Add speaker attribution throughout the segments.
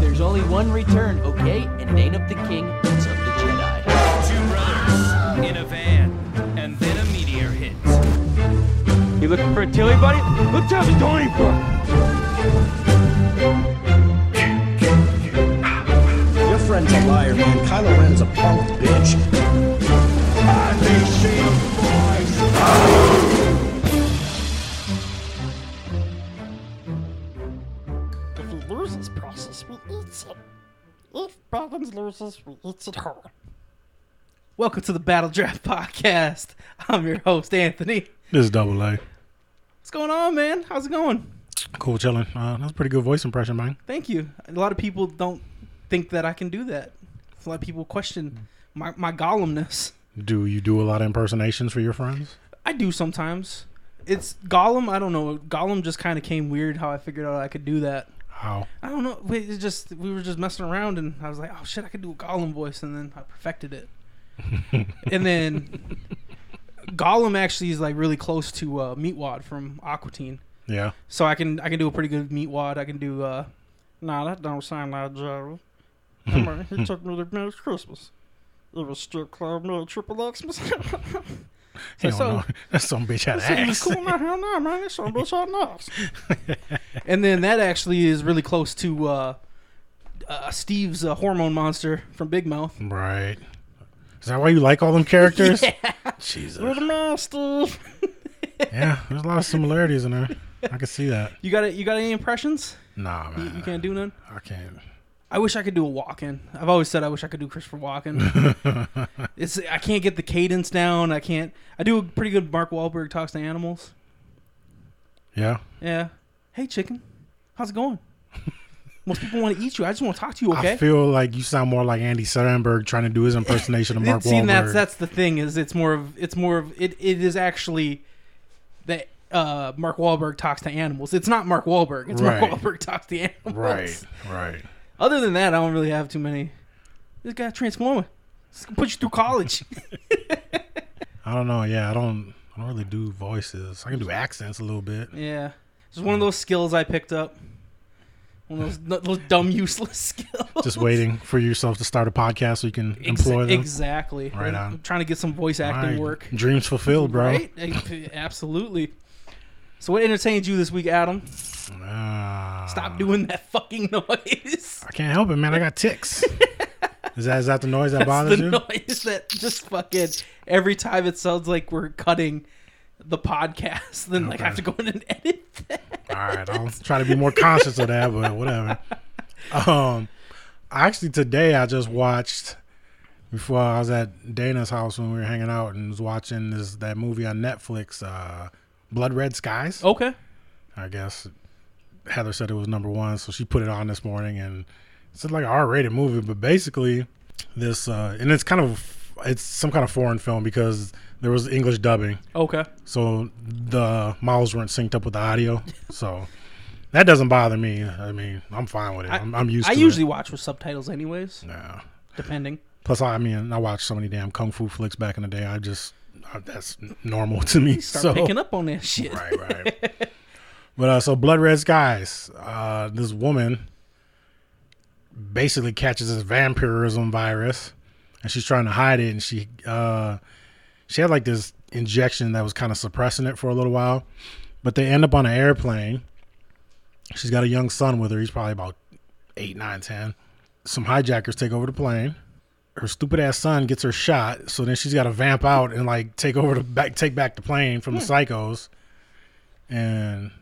Speaker 1: There's only one return, okay? And it ain't of the king, it's of the Jedi.
Speaker 2: Two brothers in a van, and then a meteor hits.
Speaker 3: You looking for a Tilly, buddy? Look down the Donny Brook.
Speaker 4: Your friend's a liar, man. Kylo Ren's a punk bitch.
Speaker 5: If he loses process, we eats it. If Bobbins loses, we eats it whole.
Speaker 6: Welcome to the Battle Draft Podcast. I'm your host, Anthony.
Speaker 7: This is double A.
Speaker 6: What's going on, man? How's it going?
Speaker 7: Cool chilling. Uh, that's a pretty good voice impression, man.
Speaker 6: Thank you. A lot of people don't think that I can do that. A lot of people question my, my golemness.
Speaker 7: Do you do a lot of impersonations for your friends?
Speaker 6: I do sometimes. It's Gollum. I don't know. Gollum just kind of came weird how I figured out I could do that.
Speaker 7: How?
Speaker 6: I don't know. We it's just we were just messing around, and I was like, "Oh shit, I could do a Gollum voice," and then I perfected it. and then Gollum actually is like really close to uh, Meatwad from Aquatine,
Speaker 7: Yeah.
Speaker 6: so I can I can do a pretty good Meatwad. I can do uh,
Speaker 5: Nah, that don't sound like Gerald. Remember, he took me to Merry Christmas. It was strip club, no triple X.
Speaker 7: He
Speaker 6: So-
Speaker 7: don't know. Oh, That's some bitch had
Speaker 5: It was
Speaker 7: ass.
Speaker 5: cool in my hell now, man. This one bitch on knocks.
Speaker 6: and then that actually is really close to uh, uh, Steve's uh, hormone monster from Big Mouth.
Speaker 7: Right. Is that why you like all them characters?
Speaker 5: You're
Speaker 7: Jesus.
Speaker 5: the man, Steve.
Speaker 7: Yeah. There's a lot of similarities in there. I can see that.
Speaker 6: You got it? You got any impressions?
Speaker 7: Nah,
Speaker 6: You,
Speaker 7: man.
Speaker 6: you can't do none.
Speaker 7: I can't.
Speaker 6: I wish I could do a walk-in. I've always said I wish I could do Christopher Walken. it's I can't get the cadence down. I can't. I do a pretty good Mark Wahlberg talks to animals.
Speaker 7: Yeah.
Speaker 6: Yeah. Hey, chicken. How's it going? Most people want to eat you. I just want to talk to you. Okay.
Speaker 7: I feel like you sound more like Andy Sandberg trying to do his impersonation of Mark
Speaker 6: It- see,
Speaker 7: Wahlberg.
Speaker 6: that's that's the thing is it's more of it's more of it. It is actually that uh, Mark Wahlberg talks to animals. It's not Mark Wahlberg. It's
Speaker 7: Right.
Speaker 6: Mark Wahlberg talks to animals.
Speaker 7: right. Right.
Speaker 6: Other than that, I don't really have too many. This guy transformer. This can put you through college.
Speaker 7: I don't know. Yeah. I don't. I don't really do voices. I can do accents a little bit.
Speaker 6: Yeah, it's one of those skills I picked up. One of those those dumb useless skills.
Speaker 7: Just waiting for yourself to start a podcast so you can
Speaker 6: Ex-
Speaker 7: employ them.
Speaker 6: Exactly.
Speaker 7: Right on.
Speaker 6: I'm trying to get some voice acting
Speaker 7: Right.
Speaker 6: work.
Speaker 7: Dreams fulfilled, bro.
Speaker 6: Right? Eh, Absolutely. So what entertained you this week, Adam?
Speaker 7: Ah.
Speaker 6: Stop doing that fucking noise.
Speaker 7: I can't help it, man. I got ticks. is that is that the noise that
Speaker 6: That's the
Speaker 7: bothers you?
Speaker 6: noise that just fucking every time it sounds like we're cutting the podcast, then like I have to
Speaker 7: Okay.
Speaker 6: go in and edit that.
Speaker 7: All right, I'll try to be more conscious of that, but whatever. Um, actually, today I just watched before I was at Dana's house when we were hanging out and was watching this that movie on Netflix, uh, Blood Red Skies.
Speaker 6: Okay.
Speaker 7: I guess Heather said it was number one, so she put it on this morning, and it's like an R-rated movie, but basically this, uh, and it's kind of it's some kind of foreign film because there was English dubbing,
Speaker 6: Okay.
Speaker 7: so the miles weren't synced up with the audio, so that doesn't bother me. I mean, I'm fine with it. I, am I'm used.
Speaker 6: I
Speaker 7: to
Speaker 6: usually
Speaker 7: it.
Speaker 6: watch with subtitles anyways,
Speaker 7: Yeah.
Speaker 6: depending.
Speaker 7: Plus, I mean, I watched so many damn kung fu flicks back in the day. I just I- that's normal to me.
Speaker 6: Start
Speaker 7: so
Speaker 6: picking up on that shit.
Speaker 7: right, right. but uh, so blood red skies. Uh, this woman basically catches this vampirism virus, and she's trying to hide it. And she uh, she had like this injection that was kind of suppressing it for a little while. But they end up on an airplane. She's got a young son with her. He's probably about eight, nine, ten. Some hijackers take over the plane. Her stupid ass son gets her shot, so then she's got to vamp out and like take over the back, take back the plane from the
Speaker 6: Hmm.
Speaker 7: psychos and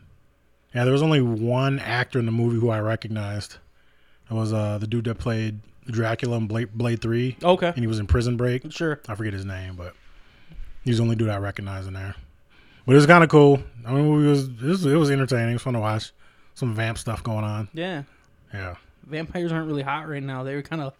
Speaker 7: yeah, there was only one actor in the movie who I recognized. It was uh the dude that played Dracula in Blade, Blade Three.
Speaker 6: Okay.
Speaker 7: and he was in Prison Break.
Speaker 6: Sure.
Speaker 7: I forget his name, but he was the only dude I recognized in there. But it was kind of cool. I mean, it was it was, it was entertaining. It was fun to watch. Some vamp stuff going on.
Speaker 6: Yeah.
Speaker 7: Yeah,
Speaker 6: Vampires aren't really hot right now. They were kind of,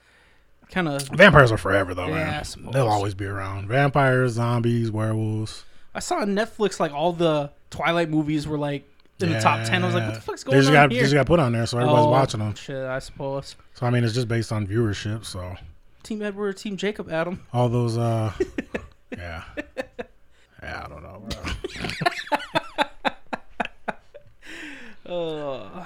Speaker 6: kind of.
Speaker 7: vampires are forever though,
Speaker 6: Yeah, I
Speaker 7: man.
Speaker 6: suppose.
Speaker 7: They'll always be around. Vampires, zombies, werewolves.
Speaker 6: I saw on Netflix like all the Twilight movies were like in the top ten. I was like, what the
Speaker 7: Yeah.
Speaker 6: fuck's
Speaker 7: They
Speaker 6: going
Speaker 7: just
Speaker 6: on
Speaker 7: got,
Speaker 6: here?
Speaker 7: They just got put on there, so everybody's
Speaker 6: Oh,
Speaker 7: watching them.
Speaker 6: Shit, I suppose.
Speaker 7: So I mean, it's just based on viewership. So
Speaker 6: Team Edward, Team Jacob, Adam.
Speaker 7: all those uh yeah yeah i don't know bro.
Speaker 6: Uh,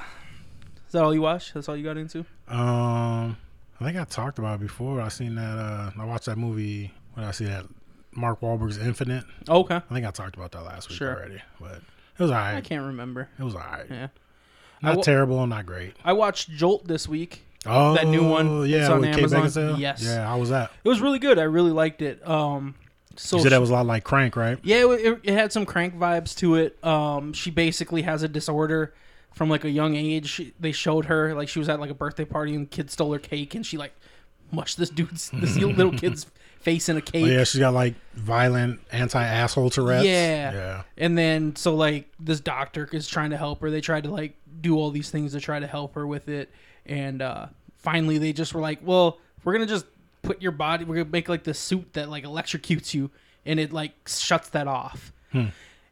Speaker 6: that all you watch? That's all you got into?
Speaker 7: Um, I think I talked about it before. I seen that. Uh, I watched that movie. What did I see that? Mark Wahlberg's Infinite.
Speaker 6: Oh, okay.
Speaker 7: I think I talked about that last week
Speaker 6: Sure.
Speaker 7: already, but it was
Speaker 6: I
Speaker 7: alright.
Speaker 6: can't remember.
Speaker 7: It was alright.
Speaker 6: Yeah.
Speaker 7: Not
Speaker 6: wa-
Speaker 7: terrible, not great.
Speaker 6: I watched Jolt this week.
Speaker 7: Oh,
Speaker 6: That new one that's
Speaker 7: Yeah,
Speaker 6: on
Speaker 7: with Kate
Speaker 6: Amazon?
Speaker 7: Beckinsale.
Speaker 6: Yes.
Speaker 7: Yeah, how was that?
Speaker 6: It was really good. I really liked it. Um, so
Speaker 7: You said that
Speaker 6: she-
Speaker 7: was a lot like Crank, right?
Speaker 6: yeah, it, wa- it, it had some crank vibes to it. Um, she basically has a disorder from like a young age. She, they showed her like she was at like a birthday party and kids stole her cake and she like mushed this dude's this little kid's face in a cake.
Speaker 7: Oh, yeah, she's got like violent anti-asshole Tourette's.
Speaker 6: Yeah.
Speaker 7: Yeah.
Speaker 6: And then so like this doctor is trying to help her. They tried to like do all these things to try to help her with it, and uh, finally they just were like, "Well, we're gonna just put your body. We're gonna make like the suit that like electrocutes you, and it like shuts that off."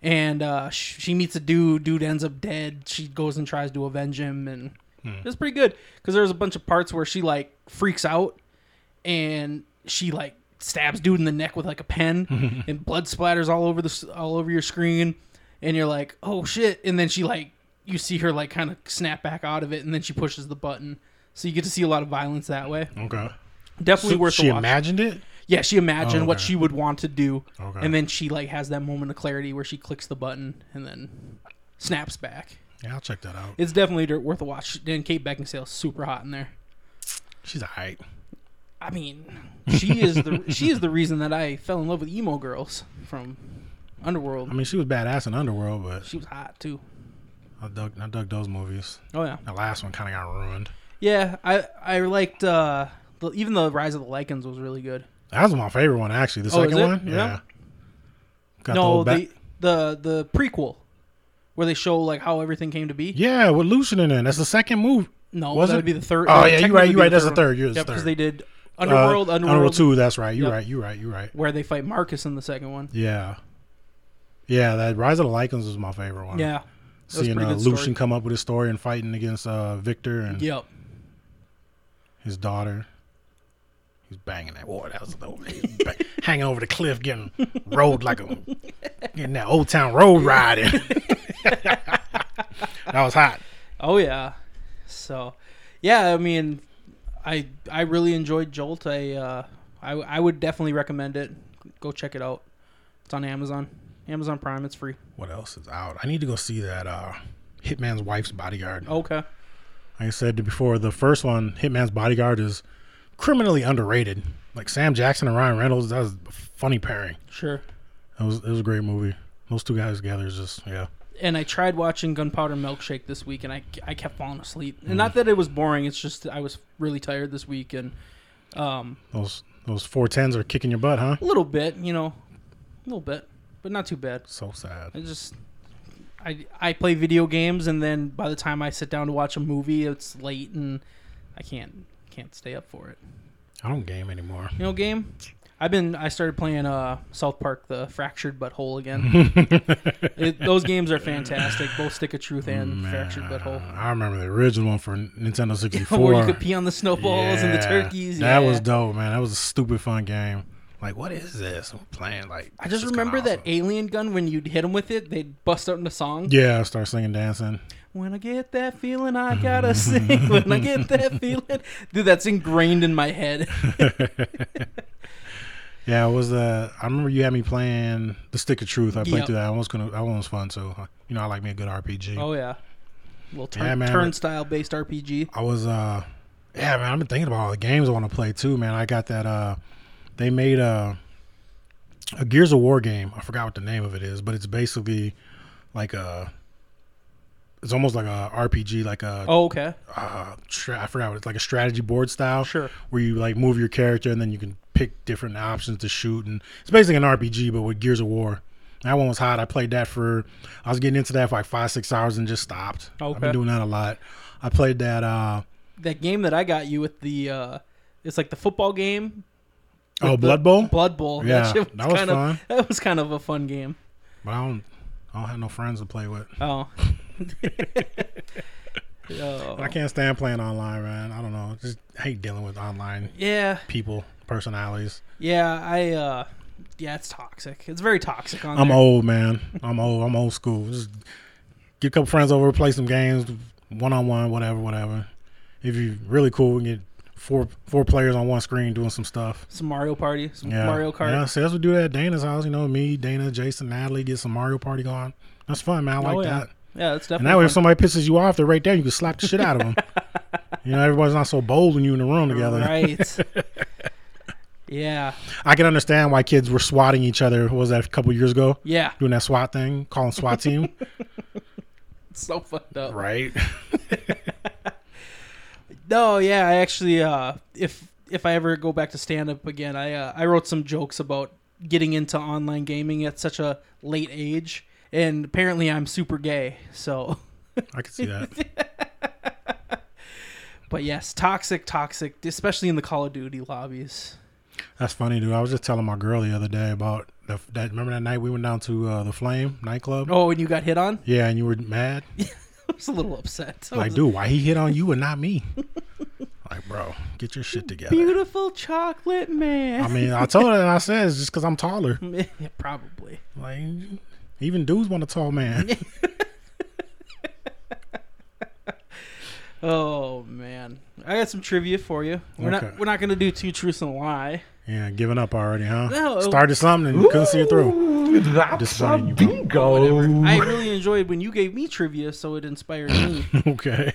Speaker 6: And uh, sh- she meets a dude. Dude ends up dead. She goes and tries to avenge him, and it's pretty good because there's a bunch of parts where she like freaks out and she like stabs dude in the neck with like a pen and blood splatters all over the s- all over your screen and you're like oh shit and then she like you see her like kind of snap back out of it and then she pushes the button so you get to see a lot of violence that way
Speaker 7: Okay.
Speaker 6: definitely worth
Speaker 7: she
Speaker 6: a watch
Speaker 7: imagined it.
Speaker 6: yeah she imagined what
Speaker 7: okay.
Speaker 6: she would want to do
Speaker 7: Okay.
Speaker 6: and then she like has that moment of clarity where she clicks the button and then snaps back
Speaker 7: Yeah, I'll check that out.
Speaker 6: it's definitely dir- worth a watch and kate beckinsale's super hot in there
Speaker 7: She's alright.
Speaker 6: I mean, she is the she is the reason that I fell in love with emo girls from Underworld.
Speaker 7: I mean, she was badass in Underworld, but
Speaker 6: she was hot too.
Speaker 7: I dug, I dug those movies.
Speaker 6: Oh yeah,
Speaker 7: The last one kind of got ruined.
Speaker 6: yeah. I I liked uh, the, even the Rise of the Lycans was really good.
Speaker 7: That was my favorite one, actually. The
Speaker 6: Oh, is
Speaker 7: second
Speaker 6: it?
Speaker 7: one,
Speaker 6: Yeah.
Speaker 7: yeah. Got the
Speaker 6: no,
Speaker 7: whole back-
Speaker 6: the, the the prequel where they show like how everything came to be.
Speaker 7: yeah, with Lucian in it. That's the second move.
Speaker 6: No,
Speaker 7: Was
Speaker 6: that
Speaker 7: it?
Speaker 6: would be the third.
Speaker 7: Oh,
Speaker 6: no,
Speaker 7: yeah, you're
Speaker 6: technically
Speaker 7: right,
Speaker 6: it'd
Speaker 7: you're
Speaker 6: be
Speaker 7: right, that's the third, you're
Speaker 6: Yeah,
Speaker 7: the
Speaker 6: because
Speaker 7: third.
Speaker 6: they did
Speaker 7: Uh,
Speaker 6: Underworld, Underworld,
Speaker 7: two. That's right. You're
Speaker 6: Yep.
Speaker 7: right. You're right. You're right.
Speaker 6: where they fight Marcus in the second one.
Speaker 7: Yeah, yeah. That Rise of the Lycans was my favorite one.
Speaker 6: Yeah. that was a
Speaker 7: seeing
Speaker 6: pretty
Speaker 7: uh,
Speaker 6: good story.
Speaker 7: Lucian come up with his story and fighting against uh, Victor and
Speaker 6: Yep.
Speaker 7: his daughter. He's banging that water. That was the he was bang- hanging over the cliff, getting rolled like a getting that old town road riding. that was hot.
Speaker 6: Oh yeah. So, yeah, I mean, I I really enjoyed Jolt. I uh, I I would definitely recommend it. Go check it out. It's on Amazon, Amazon Prime. It's free.
Speaker 7: What else is out? I need to go see that uh, Hitman's Wife's Bodyguard.
Speaker 6: Okay.
Speaker 7: Like I said before, the first one, Hitman's Bodyguard, is criminally underrated. Like Sam Jackson and Ryan Reynolds, that was a funny pairing.
Speaker 6: Sure.
Speaker 7: It was it was a great movie. Those two guys together is just yeah.
Speaker 6: And I tried watching Gunpowder Milkshake this week, and I I kept falling asleep. And not that it was boring. It's just that I was really tired this week, and um,
Speaker 7: Those those four tens are kicking your butt, huh?
Speaker 6: a little bit, you know, a little bit, but not too bad.
Speaker 7: So sad.
Speaker 6: I just I I play video games and then by the time I sit down to watch a movie, it's late and I can't can't stay up for it.
Speaker 7: I don't game anymore.
Speaker 6: You know, game. I've been I started playing uh South Park: The Fractured Butthole again. it, those games are fantastic, both Stick of Truth and Fractured Butthole.
Speaker 7: I remember the original one for Nintendo 64.
Speaker 6: Where you could pee on the snowballs and the
Speaker 7: Yeah,
Speaker 6: turkeys.
Speaker 7: That
Speaker 6: yeah.
Speaker 7: was dope, man. That was a stupid fun game. Like, what is this? I'm playing like.
Speaker 6: I
Speaker 7: this
Speaker 6: just
Speaker 7: is kinda
Speaker 6: remember that
Speaker 7: awesome.
Speaker 6: alien gun when you'd hit them with it, they'd bust out in a song.
Speaker 7: Yeah, I start singing, dancing.
Speaker 6: When I get that feeling, I gotta sing. When I get that feeling, dude, that's ingrained in my head.
Speaker 7: Yeah, it was the. I remember you had me playing the Stick of Truth. I played
Speaker 6: Yep.
Speaker 7: through that. I was gonna. That one was fun too. You know, I like me a good RPG.
Speaker 6: Oh yeah, little turn,
Speaker 7: Yeah, man, but-
Speaker 6: turnstile based RPG.
Speaker 7: I was uh yeah, man, I've been thinking about all the games I want to play too, man. I got that uh they made a a Gears of War game. I forgot what the name of it is, but it's basically like a it's almost like a RPG, like a
Speaker 6: Oh okay,
Speaker 7: uh, stra- I forgot what it's like a strategy board style.
Speaker 6: Sure.
Speaker 7: Where you like move your character and then you can pick different options to shoot and it's basically an RPG but with Gears of War. That one was hot. I played that for I was getting into that for like five, six hours and just stopped. I've
Speaker 6: Okay.
Speaker 7: been doing that a lot. I played that uh
Speaker 6: that game that I got you with the, uh it's like the football game.
Speaker 7: Oh,
Speaker 6: with the
Speaker 7: Blood Bowl.
Speaker 6: Blood Bowl.
Speaker 7: Yeah,
Speaker 6: shit
Speaker 7: that was
Speaker 6: kind
Speaker 7: fun.
Speaker 6: Of, that was kind of a fun game.
Speaker 7: But I don't, I don't have no friends to play with.
Speaker 6: Oh. Oh.
Speaker 7: I can't stand playing online, man. I don't know. Just hate dealing with online
Speaker 6: Yeah,
Speaker 7: people, personalities.
Speaker 6: yeah, I, uh yeah, it's toxic. It's very toxic on
Speaker 7: I'm
Speaker 6: there.
Speaker 7: old, man. I'm old. I'm old school. Just get a couple friends over, play some games, one on one, whatever, whatever. If you're really cool, we can get four four players on one screen doing some stuff.
Speaker 6: Some Mario Party, some
Speaker 7: Yeah.
Speaker 6: Mario Kart.
Speaker 7: Yeah, so that's what we do that at Dana's house. You know, me, Dana, Jason, Natalie, get some Mario Party going. That's fun, man. I like
Speaker 6: Oh, yeah.
Speaker 7: that.
Speaker 6: Yeah, that's
Speaker 7: And
Speaker 6: definitely.
Speaker 7: that way, if
Speaker 6: fun.
Speaker 7: somebody pisses you off, they're right there. You can slap the shit out of them. you know, everybody's not so bold when you in the room together.
Speaker 6: Right. yeah.
Speaker 7: I can understand why kids were swatting each other. What was that a couple years ago?
Speaker 6: Yeah.
Speaker 7: Doing that SWAT thing, calling SWAT team.
Speaker 6: It's so fucked up.
Speaker 7: right.
Speaker 6: No, yeah, I actually uh if if I ever go back to stand up again, I uh, I wrote some jokes about getting into online gaming at such a late age and apparently I'm super gay. So,
Speaker 7: I can see that.
Speaker 6: but yes, toxic toxic, especially in the Call of Duty lobbies.
Speaker 7: That's funny, dude. I was just telling my girl the other day about the, that. Remember that night we went down to uh, the Flame nightclub?
Speaker 6: Oh, and you got hit on?
Speaker 7: Yeah, and you were mad.
Speaker 6: I was a little upset. I
Speaker 7: Like,
Speaker 6: was-
Speaker 7: dude, why he hit on you and not me? like, bro, get your shit together.
Speaker 6: Beautiful chocolate man.
Speaker 7: I mean, I told her and I said it's just because I'm taller.
Speaker 6: Yeah, probably.
Speaker 7: Like, even dudes want a tall man.
Speaker 6: Oh man, I got some trivia for you. We're
Speaker 7: Okay.
Speaker 6: not we're not gonna do two truths and a lie.
Speaker 7: Yeah, giving up already, huh?
Speaker 6: No.
Speaker 7: Started something and couldn't see it through. Disappointed you, bro.
Speaker 6: I really enjoyed when you gave me trivia, so it inspired me.
Speaker 7: Okay.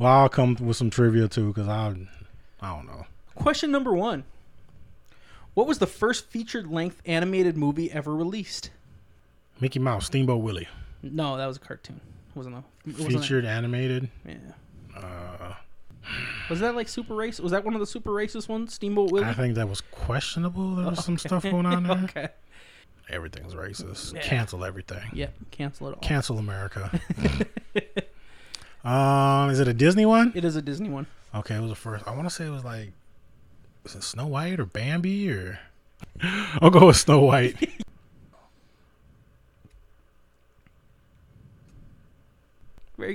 Speaker 7: well, I'll come with some trivia too, because I, I don't know.
Speaker 6: Question number one: What was the first featured-length animated movie ever released?
Speaker 7: Mickey Mouse, Steamboat Willie,
Speaker 6: No, that was a cartoon. Wasn't a it wasn't a-
Speaker 7: featured Uh. animated.
Speaker 6: yeah. was that like super racist? Was that one of the super racist ones? Steamboat
Speaker 7: I
Speaker 6: Willie.
Speaker 7: think that was questionable. There was some stuff going on there.
Speaker 6: okay.
Speaker 7: Everything's racist. Cancel everything.
Speaker 6: Yep. Cancel it all.
Speaker 7: Cancel America. um, is it a Disney one?
Speaker 6: it is a Disney one.
Speaker 7: Okay, it was the first. I want to say it was like, was it Snow White or Bambi or? I'll go with Snow White.
Speaker 6: Very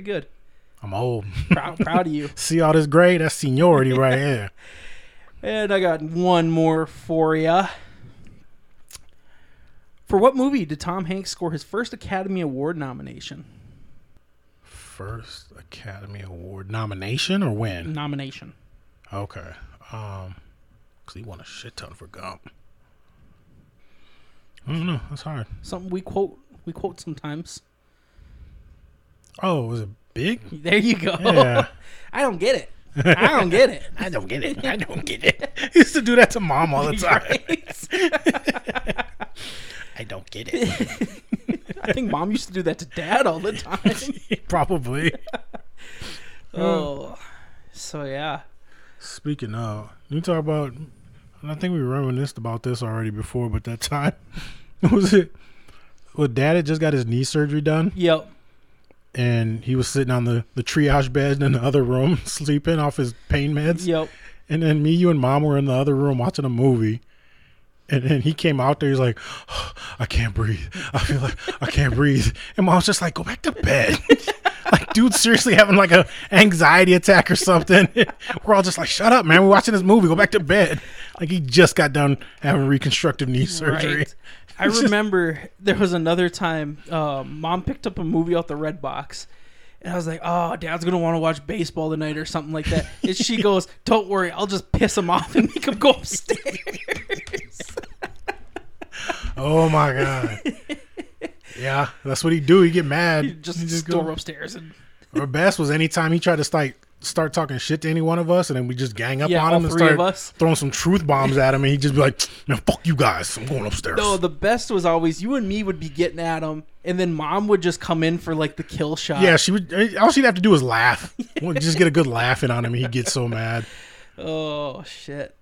Speaker 6: good.
Speaker 7: I'm old.
Speaker 6: Proud, proud of you.
Speaker 7: See all this gray? That's seniority right here.
Speaker 6: And I got one more for ya. For what movie did Tom Hanks score his first Academy Award nomination?
Speaker 7: First Academy Award nomination or win?
Speaker 6: Nomination.
Speaker 7: Okay. Um, cause he won a shit ton for Gump. I don't know. That's hard.
Speaker 6: Something we quote we quote sometimes.
Speaker 7: Oh, was it big?
Speaker 6: There you go.
Speaker 7: Yeah.
Speaker 6: I don't get it. I don't get it.
Speaker 7: I don't get it. I don't get it. He used to do that to mom all the time.
Speaker 6: Right?
Speaker 7: I don't get it.
Speaker 6: I think mom used to do that to dad all the time.
Speaker 7: Probably.
Speaker 6: Oh. So yeah.
Speaker 7: Speaking of, you talk about, and I think we reminisced about this already before, but that time, was it? Well, dad had just got his knee surgery done,
Speaker 6: Yep.
Speaker 7: and he was sitting on the, the triage bed in the other room, sleeping off his pain meds.
Speaker 6: Yep.
Speaker 7: And then me, you, and mom were in the other room watching a movie. And then he came out there. He's like, I can't breathe. I feel like I can't breathe. And mom's just like, go back to bed. like, dude, seriously having like a anxiety attack or something. we're all just like, shut up, man. We're watching this movie. Go back to bed. Like he just got done having reconstructive knee surgery.
Speaker 6: Right. I
Speaker 7: It's just-
Speaker 6: remember there was another time um, mom picked up a movie off the red box. And I was like, oh, dad's going to want to watch baseball tonight or something like that. And she goes, don't worry, I'll just piss him off and make him go upstairs.
Speaker 7: Oh my god. yeah, that's what he do. He get mad.
Speaker 6: just
Speaker 7: He go-
Speaker 6: store upstairs. And
Speaker 7: Or best was anytime he tried to start start talking shit to any one of us, and then we just gang up
Speaker 6: Yeah,
Speaker 7: on
Speaker 6: all
Speaker 7: him and
Speaker 6: three
Speaker 7: start
Speaker 6: of us.
Speaker 7: throwing some truth bombs at him, and he'd just be like, "Man, fuck you guys, I'm going upstairs."
Speaker 6: no, the best was always you and me would be getting at him. And then mom would just come in for like the kill shot.
Speaker 7: yeah, she would. All she'd have to do is laugh. We'd just get a good laughing on him, and he'd get so mad.
Speaker 6: Oh, shit.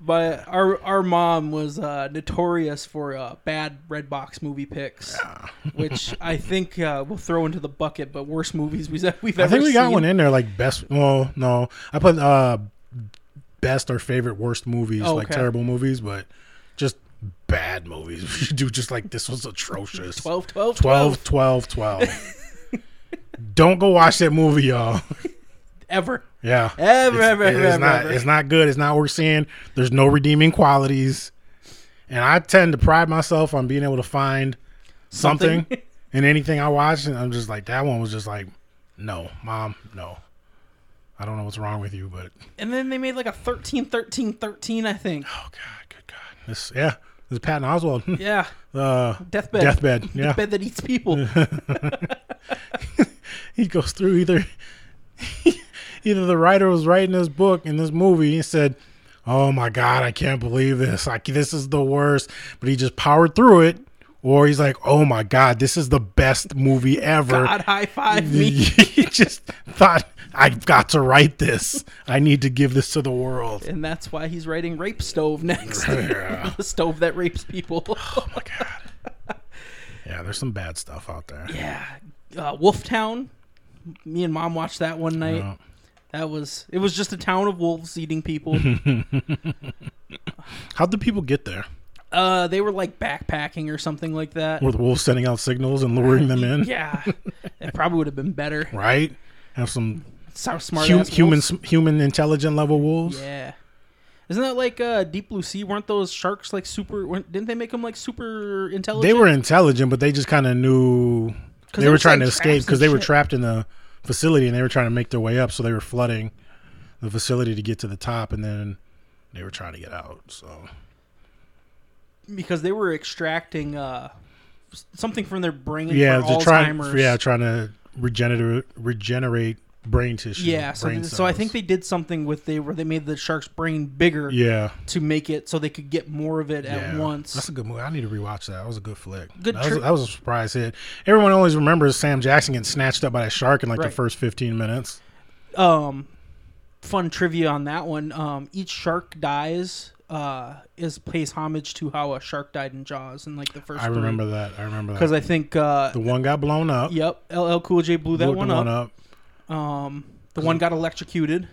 Speaker 6: But our our mom was uh, notorious for uh, bad red box movie picks, which I think uh, we'll throw into the bucket. But worst movies we've we've
Speaker 7: I
Speaker 6: ever
Speaker 7: think we got
Speaker 6: seen.
Speaker 7: one in there like best. Well, no, I put uh best or favorite worst movies,
Speaker 6: Oh,
Speaker 7: like
Speaker 6: okay.
Speaker 7: terrible movies, but just bad movies. We should do just like this was atrocious.
Speaker 6: 12, 12,
Speaker 7: 12, 12, 12. Don't go watch that movie, y'all.
Speaker 6: ever.
Speaker 7: Yeah.
Speaker 6: Ever,
Speaker 7: it's,
Speaker 6: ever,
Speaker 7: it-
Speaker 6: ever,
Speaker 7: it's
Speaker 6: ever,
Speaker 7: not,
Speaker 6: ever.
Speaker 7: It's not good. It's not worth seeing. There's no redeeming qualities. And I tend to pride myself on being able to find something,
Speaker 6: Something.
Speaker 7: in anything I watch. And I'm just like, that one was just like, no, mom, no. I don't know what's wrong with you, but
Speaker 6: And then they made like a 13 13 13, I think.
Speaker 7: oh god, good god, this yeah, this is Patton Oswald,
Speaker 6: Yeah.
Speaker 7: uh,
Speaker 6: Deathbed.
Speaker 7: deathbed, yeah.
Speaker 6: Bed that eats people.
Speaker 7: He goes through either, either the writer was writing this book in this movie and said, "Oh my god, I can't believe this! Like this is the worst," but he just powered through it, or he's like, "Oh my god, this is the best movie ever."
Speaker 6: God high five me.
Speaker 7: he just thought I've got to write this. I need to give this to the world.
Speaker 6: And that's why he's writing Rape Stove next.
Speaker 7: Yeah.
Speaker 6: the stove that rapes people.
Speaker 7: Oh, Yeah, there's some bad stuff out there.
Speaker 6: yeah. Uh, Wolf Town. Me and mom watched that one night.
Speaker 7: Yeah.
Speaker 6: That was it was just a town of wolves eating people.
Speaker 7: How'd the people get there?
Speaker 6: uh they were like backpacking or something like that.
Speaker 7: Were the wolves sending out signals and luring them in?
Speaker 6: Yeah. it probably would have been better.
Speaker 7: Right? Have some
Speaker 6: So smart
Speaker 7: hu-
Speaker 6: ass
Speaker 7: human
Speaker 6: wolves.
Speaker 7: human intelligent level wolves?
Speaker 6: Yeah. Isn't that like uh, Deep Blue Sea? Weren't those sharks like super? weren't- Didn't they make them like super intelligent?
Speaker 7: They were intelligent, but they just kind of knew they,
Speaker 6: they
Speaker 7: were
Speaker 6: were
Speaker 7: trying to escape
Speaker 6: setting traps
Speaker 7: because
Speaker 6: and
Speaker 7: they were
Speaker 6: shit.
Speaker 7: trapped in the facility and they were trying to make their way up, so they were flooding the facility to get to the top, and then they were trying to get out. So
Speaker 6: because they were extracting uh, s- something from their brain.
Speaker 7: yeah,
Speaker 6: for
Speaker 7: they're trying.
Speaker 6: Alzheimer's.
Speaker 7: Yeah, trying to regenerate regenerate brain tissue.
Speaker 6: yeah. So,
Speaker 7: brain
Speaker 6: th- so I
Speaker 7: cells.
Speaker 6: think they did something with they where they made the shark's brain bigger
Speaker 7: Yeah,
Speaker 6: to make it so they could get more of it at
Speaker 7: yeah.
Speaker 6: once.
Speaker 7: That's a good movie. I need to rewatch that. That was a good flick.
Speaker 6: Good
Speaker 7: That,
Speaker 6: tri-
Speaker 7: was, that was a surprise hit. Everyone always remembers Sam Jackson getting snatched up by a shark in like the
Speaker 6: Right.
Speaker 7: first fifteen minutes.
Speaker 6: um, fun trivia on that one. Um, each shark dies. Uh, is pays homage to how a shark died in Jaws in like the first.
Speaker 7: I remember that. I remember
Speaker 6: because
Speaker 7: that.
Speaker 6: I think uh,
Speaker 7: the one got blown up.
Speaker 6: Yep, LL Cool J blew that
Speaker 7: blew
Speaker 6: one,
Speaker 7: the
Speaker 6: up. Um, the one got electrocuted.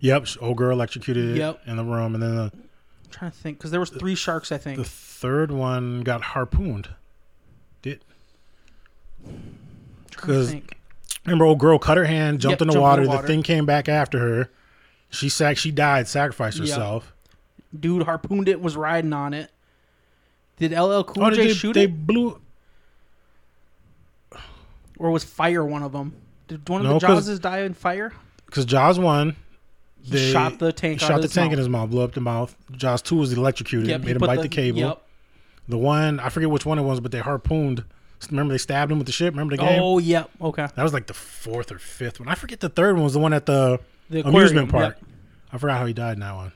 Speaker 7: Yep, sh- old girl electrocuted
Speaker 6: Yep.
Speaker 7: in the room, and then the,
Speaker 6: I'm trying to think, because there was three sharks, I think.
Speaker 7: the third one got harpooned. Did
Speaker 6: I'm trying to
Speaker 7: 'cause-
Speaker 6: think.
Speaker 7: remember old girl cut her hand, jumped
Speaker 6: Yep,
Speaker 7: in the
Speaker 6: jumped in the
Speaker 7: water. The
Speaker 6: water.
Speaker 7: thing came back after her. She sac- she died, sacrificed herself.
Speaker 6: dude harpooned it, was riding on it. Did LL Cool
Speaker 7: Oh,
Speaker 6: J
Speaker 7: they,
Speaker 6: shoot
Speaker 7: they
Speaker 6: it,
Speaker 7: blew.
Speaker 6: or was fire one of them? Did one of
Speaker 7: No,
Speaker 6: the
Speaker 7: 'cause-
Speaker 6: Jawses die in fire?
Speaker 7: because Jaws one, they
Speaker 6: shot the tank
Speaker 7: he
Speaker 6: out
Speaker 7: shot
Speaker 6: of
Speaker 7: the
Speaker 6: his
Speaker 7: tank in
Speaker 6: mouth.
Speaker 7: his mouth, blew up the mouth. Jaws two was electrocuted,
Speaker 6: Yep, he
Speaker 7: made him
Speaker 6: put
Speaker 7: bite the, cable.
Speaker 6: Yep.
Speaker 7: The one I forget which one it was, but they harpooned. Remember they stabbed him with the ship. Remember the game?
Speaker 6: Oh, yep. Okay.
Speaker 7: That was like the fourth or fifth one. I forget the third one was the one at the,
Speaker 6: The aquarium,
Speaker 7: amusement park.
Speaker 6: yep.
Speaker 7: I forgot how he died in that one.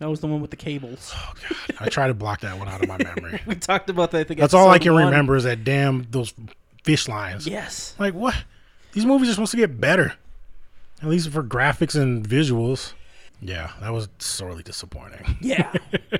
Speaker 6: That was the one with the cables.
Speaker 7: Oh god, I try to block that one out of my memory.
Speaker 6: We talked about that. I think
Speaker 7: That's all I
Speaker 6: episode
Speaker 7: can
Speaker 6: one.
Speaker 7: remember is that damn those fish lines.
Speaker 6: Yes.
Speaker 7: Like what? These movies are supposed to get better, at least for graphics and visuals. Yeah, that was sorely disappointing.
Speaker 6: Yeah.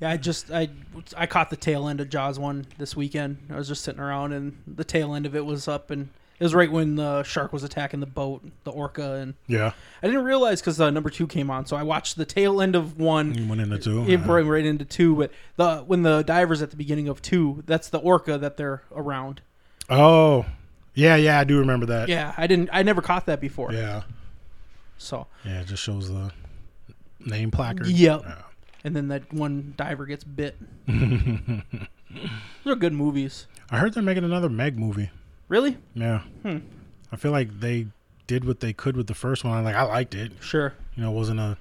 Speaker 6: yeah, I just I I caught the tail end of Jaws one this weekend. I was just sitting around and the tail end of it was up and it was right when the shark was attacking the boat, the orca, and
Speaker 7: Yeah,
Speaker 6: I didn't realize because uh, number two came on, so I watched the tail end of
Speaker 7: you
Speaker 6: one.
Speaker 7: went into two.
Speaker 6: It brought right into two, but the when the divers at the beginning of two, that's the orca that they're around.
Speaker 7: Oh, yeah, yeah, I do remember that.
Speaker 6: Yeah, I didn't, I never caught that before.
Speaker 7: yeah,
Speaker 6: So,
Speaker 7: yeah. It just shows the name placard.
Speaker 6: Yep.
Speaker 7: Yeah.
Speaker 6: and then that one diver gets bit. Those are good movies.
Speaker 7: I heard they're making another Meg movie.
Speaker 6: Really?
Speaker 7: Yeah.
Speaker 6: Hmm.
Speaker 7: I feel like they did what they could with the first one. I like I liked it.
Speaker 6: Sure.
Speaker 7: You know, it wasn't a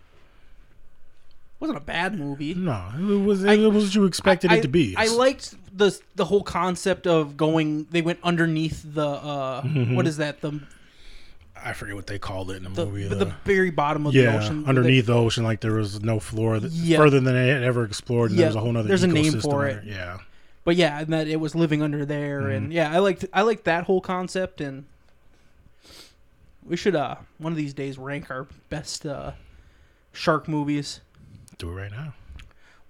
Speaker 6: wasn't a bad movie.
Speaker 7: no. It was it,
Speaker 6: I-
Speaker 7: was what you expected
Speaker 6: I,
Speaker 7: it to be.
Speaker 6: I liked the the whole concept of going. They went underneath the uh,
Speaker 7: Mm-hmm.
Speaker 6: what is that the
Speaker 7: I forget what they called it in the,
Speaker 6: the,
Speaker 7: movie.
Speaker 6: the,
Speaker 7: the-
Speaker 6: very bottom of
Speaker 7: Oh, yeah,
Speaker 6: the ocean where they-
Speaker 7: underneath the ocean, like there was no floor that,
Speaker 6: Yeah.
Speaker 7: further than they had ever explored. And
Speaker 6: Yeah,
Speaker 7: there was a whole nother
Speaker 6: there's a name
Speaker 7: ecosystem
Speaker 6: for
Speaker 7: under-
Speaker 6: it.
Speaker 7: Yeah,
Speaker 6: but yeah, and that it was living under there,
Speaker 7: Mm-hmm.
Speaker 6: and yeah, I liked I liked that whole concept, and we should uh one of these days rank our best uh shark movies.
Speaker 7: do it right now.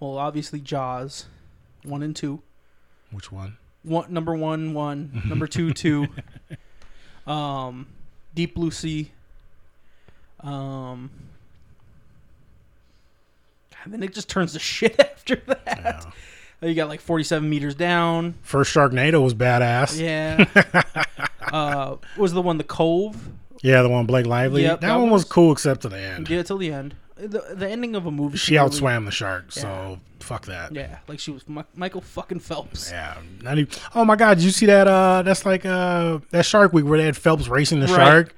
Speaker 6: Well, obviously Jaws, one and two.
Speaker 7: Which one?
Speaker 6: one number one one number two two um deep blue sea um and then it just turns to shit after that Oh,
Speaker 7: Yeah.
Speaker 6: you got like 47 meters down
Speaker 7: First Sharknado was badass. Yeah,
Speaker 6: yeah uh what was the one the cove
Speaker 7: the one with Blake Lively.
Speaker 6: Yep,
Speaker 7: that,
Speaker 6: that
Speaker 7: one
Speaker 6: one
Speaker 7: was
Speaker 6: was-
Speaker 7: cool, except to the end.
Speaker 6: yeah till the end the, the ending of a movie
Speaker 7: She
Speaker 6: should really-
Speaker 7: outswam the shark, so Fuck that.
Speaker 6: Yeah, like she was Mi- Michael fucking Phelps.
Speaker 7: Yeah. Not even, oh my God! Did you see that? Uh, that's like uh that Shark Week where they had Phelps racing the
Speaker 6: Right.
Speaker 7: shark,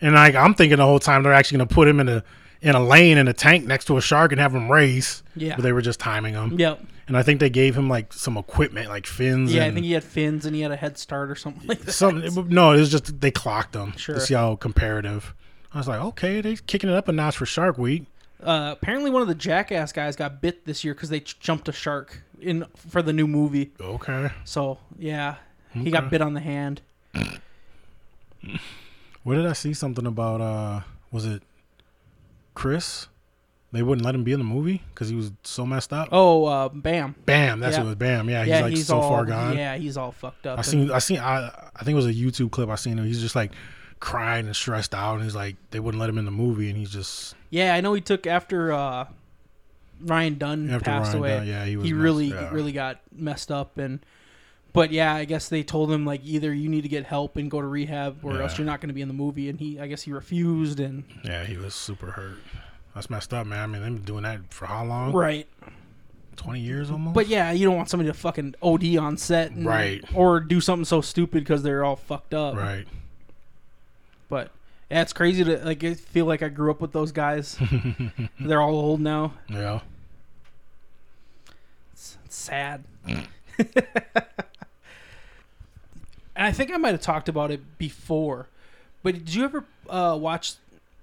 Speaker 7: and like I'm thinking the whole time they're actually gonna put him in a in a lane in a tank next to a shark and have him race.
Speaker 6: Yeah.
Speaker 7: But they were just timing him.
Speaker 6: Yep.
Speaker 7: And I think they gave him like some equipment, like fins.
Speaker 6: Yeah, I
Speaker 7: and
Speaker 6: think he had fins and he had a head start or something like that.
Speaker 7: something. No, it was just they clocked him
Speaker 6: Sure.
Speaker 7: to see how comparative. I was like, okay, they kicking it up a notch for Shark Week.
Speaker 6: Uh, apparently, one of the jackass guys got bit this year because they ch- jumped a shark in for the new movie.
Speaker 7: Okay.
Speaker 6: So yeah, he got bit on the hand.
Speaker 7: Where did I see something about? uh Was it Chris? They wouldn't let him be in the movie because he was so messed up.
Speaker 6: Oh, uh, bam!
Speaker 7: Bam! That's
Speaker 6: Yeah.
Speaker 7: what it was. Bam! Yeah, he's
Speaker 6: yeah,
Speaker 7: like
Speaker 6: he's
Speaker 7: so
Speaker 6: all
Speaker 7: far gone.
Speaker 6: yeah, he's all fucked up.
Speaker 7: I seen. I seen. I. I think it was a YouTube clip. I seen him. He's just like crying and stressed out, and he's like they wouldn't let him in the movie, and he's just
Speaker 6: yeah, I know he took after uh, Ryan Dunn
Speaker 7: After
Speaker 6: passed
Speaker 7: Ryan
Speaker 6: away.
Speaker 7: Dunn, yeah, he was messed-
Speaker 6: really
Speaker 7: yeah.
Speaker 6: really got messed up and. But yeah, I guess they told him like either you need to get help and go to rehab, or else
Speaker 7: Yeah.
Speaker 6: you're not going to be in the movie. And he, I guess he refused. And
Speaker 7: yeah, he was super hurt. That's messed up, man. I mean, they've been doing that for how long?
Speaker 6: right,
Speaker 7: Twenty years almost.
Speaker 6: But yeah, you don't want somebody to fucking OD on set, and-
Speaker 7: Right.
Speaker 6: Or do something so stupid because they're all fucked up,
Speaker 7: right.
Speaker 6: But yeah, it's crazy to like. I feel like I grew up with those guys. they're all old now.
Speaker 7: Yeah.
Speaker 6: It's, it's sad. and I think I might have talked about it before, but did you ever uh, watch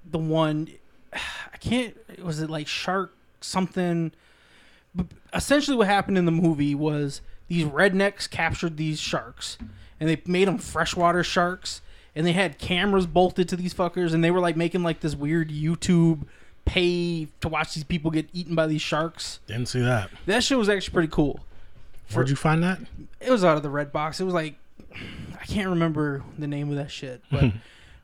Speaker 6: the one? I can't. Was it like Shark something? But essentially, what happened in the movie was these rednecks captured these sharks, and they made them freshwater sharks, and they had cameras bolted to these fuckers, and they were like making like this weird YouTube pay to watch these people get eaten by these sharks.
Speaker 7: Didn't see that.
Speaker 6: That shit was actually pretty cool.
Speaker 7: Where'd you find that?
Speaker 6: It was out of the red box. It was like I can't remember the name of that shit, but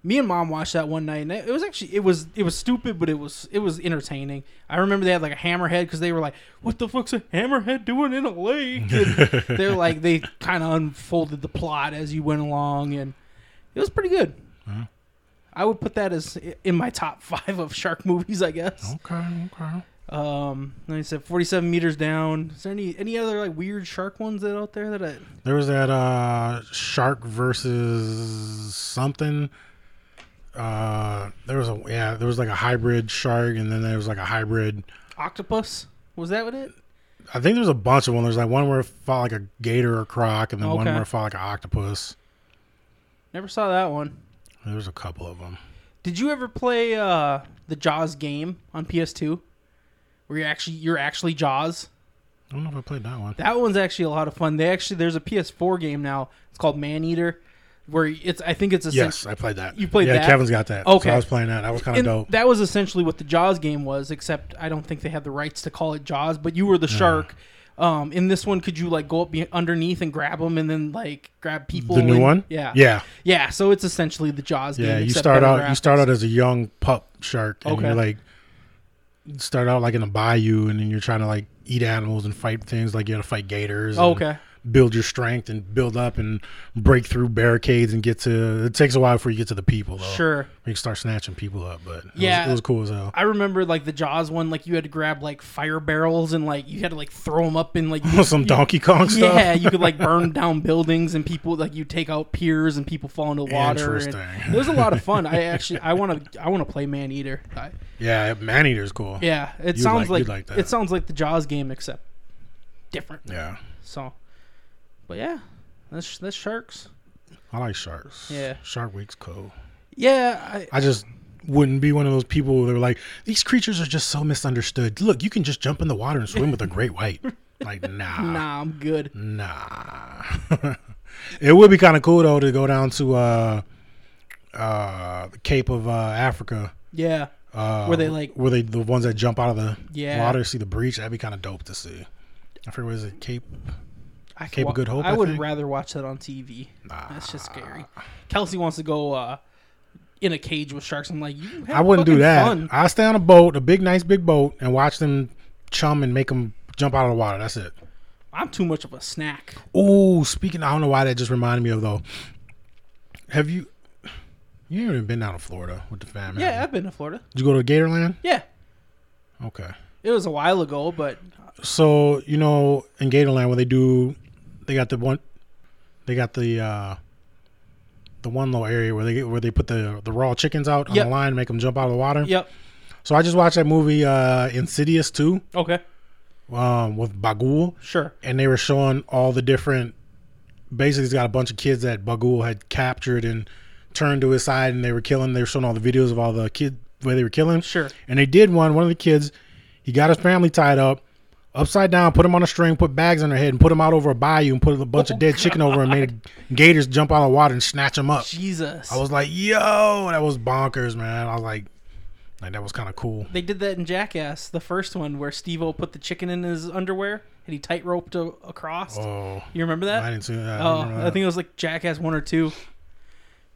Speaker 6: me and mom watched that one night, and it it was actually it was it was stupid, but it was it was entertaining. I remember they had like a hammerhead because they were like, "What the fuck's a hammerhead doing in a lake?" And they're like they kind of unfolded the plot as you went along, and it was pretty good. I would put that as i- in my top five of shark movies, I guess.
Speaker 7: Okay. Okay.
Speaker 6: Um, like I said, forty-seven meters down. Is there any any other like weird shark ones that out there that I?
Speaker 7: There was that uh shark versus something. Uh there was a yeah, there was like a hybrid shark and then there was like a hybrid
Speaker 6: Octopus was that what it?
Speaker 7: I think there's a bunch of them. There's like one where it fought like a gator or croc and then one
Speaker 6: Okay.
Speaker 7: where it fought like an octopus.
Speaker 6: Never saw that one.
Speaker 7: There's a couple of them.
Speaker 6: Did you ever play uh the Jaws game on PS2, where you actually you're actually Jaws?
Speaker 7: I don't know if I played that one.
Speaker 6: That one's actually a lot of fun. They actually there's a PS4 game now. It's called Man Eater, where it's I think it's a
Speaker 7: yes, I played that.
Speaker 6: You played
Speaker 7: yeah,
Speaker 6: that?
Speaker 7: Kevin's got that.
Speaker 6: Okay.
Speaker 7: So I was playing that. That was kind of
Speaker 6: And
Speaker 7: dope.
Speaker 6: that was essentially what the Jaws game was, except I don't think they had the rights to call it Jaws, but you were the shark. Um, in this one, could you like go up be- underneath and grab them, and then like grab people?
Speaker 7: the new
Speaker 6: and-
Speaker 7: one?
Speaker 6: yeah,
Speaker 7: Yeah.
Speaker 6: yeah. So it's essentially the Jaws game.
Speaker 7: Yeah, you
Speaker 6: except
Speaker 7: start
Speaker 6: better
Speaker 7: out. You
Speaker 6: graphics.
Speaker 7: start out as a young pup shark, and
Speaker 6: Okay.
Speaker 7: you're like start out like in a bayou, and then you're trying to like eat animals and fight things. Like you got to fight gators.
Speaker 6: Oh,
Speaker 7: and
Speaker 6: okay.
Speaker 7: Build your strength and build up and break through barricades and get to. It takes a while before you get to the people though.
Speaker 6: Sure.
Speaker 7: You can start snatching people up, but it
Speaker 6: Yeah.
Speaker 7: was, it was cool as hell.
Speaker 6: I remember like the Jaws one, like you had to grab like fire barrels and like you had to like throw them up and like you-
Speaker 7: Some
Speaker 6: you-
Speaker 7: Donkey Kong stuff.
Speaker 6: Yeah, you could like burn down buildings and people like you take out piers and people fall into water. and
Speaker 7: Interesting.
Speaker 6: It was a lot of fun. I actually I want to I want to play Man Eater. I,
Speaker 7: Yeah, man eater's cool.
Speaker 6: yeah, it
Speaker 7: You'd
Speaker 6: sounds
Speaker 7: like-
Speaker 6: like,
Speaker 7: you'd like that.
Speaker 6: it sounds like the Jaws game except different.
Speaker 7: Yeah.
Speaker 6: So, but yeah, that's that's sharks.
Speaker 7: I like sharks.
Speaker 6: Yeah.
Speaker 7: Shark Week's cool.
Speaker 6: Yeah, I,
Speaker 7: I just wouldn't be one of those people that were like, these creatures are just so misunderstood. Look, you can just jump in the water and swim with a great white. Like, nah.
Speaker 6: nah, I'm good.
Speaker 7: Mm. Nah. it would be kind of cool, though, to go down to uh, uh, the Cape of uh, Africa.
Speaker 6: Yeah,
Speaker 7: Uh,
Speaker 6: Were they like-
Speaker 7: Were they the ones that jump out of the
Speaker 6: Yeah.
Speaker 7: water, see the breach? That'd be kind of dope to see. I forget, what is it? Cape?
Speaker 6: I could
Speaker 7: Cape of
Speaker 6: wa-
Speaker 7: Good Hope,
Speaker 6: I
Speaker 7: I
Speaker 6: would
Speaker 7: think.
Speaker 6: rather watch that on TV. That's just scary. Kelsey wants to go uh, in a cage with sharks. I'm like, you. Have
Speaker 7: I wouldn't do
Speaker 6: fucking
Speaker 7: that.
Speaker 6: Fun.
Speaker 7: I'll stay on a boat, a big, nice, big boat, and watch them chum and make them jump out of the water. That's it.
Speaker 6: I'm too much of a snack.
Speaker 7: Oh, speaking, I don't know why that just reminded me of though. Have you? You ain't even been down to Florida with the family.
Speaker 6: Yeah, I've been to Florida.
Speaker 7: Did you go to Gatorland?
Speaker 6: Yeah,
Speaker 7: Okay.
Speaker 6: It was a while ago, but
Speaker 7: So you know, in Gatorland, when they do, they got the one, they got the uh the one little area where they where they put the the raw chickens out on
Speaker 6: Yep.
Speaker 7: the line, make them jump out of the water.
Speaker 6: yep.
Speaker 7: So I just watched that movie uh Insidious two
Speaker 6: Okay.
Speaker 7: um, with Bagul,
Speaker 6: Sure.
Speaker 7: and they were showing all the different. Basically, it's got a bunch of kids that Bagul had captured and turned to his side, and they were killing. They were showing all the videos of all the kid where they were killing.
Speaker 6: Sure.
Speaker 7: And they did one. One of the kids, he got his family tied up, upside down, put him on a string, put bags on their head, and put him out over a bayou, and put a bunch of dead chicken over, and made gators jump out of the water and snatch him up.
Speaker 6: Jesus.
Speaker 7: I was like, "Yo, that was bonkers, man!" I was like, "Like that was kind of cool."
Speaker 6: they did that in Jackass, the first one where Steve O put the chicken in his underwear and he tight roped a- across.
Speaker 7: Oh,
Speaker 6: you remember that?
Speaker 7: I didn't see that. I
Speaker 6: Oh,
Speaker 7: remember
Speaker 6: I
Speaker 7: that.
Speaker 6: think it was like Jackass one or two,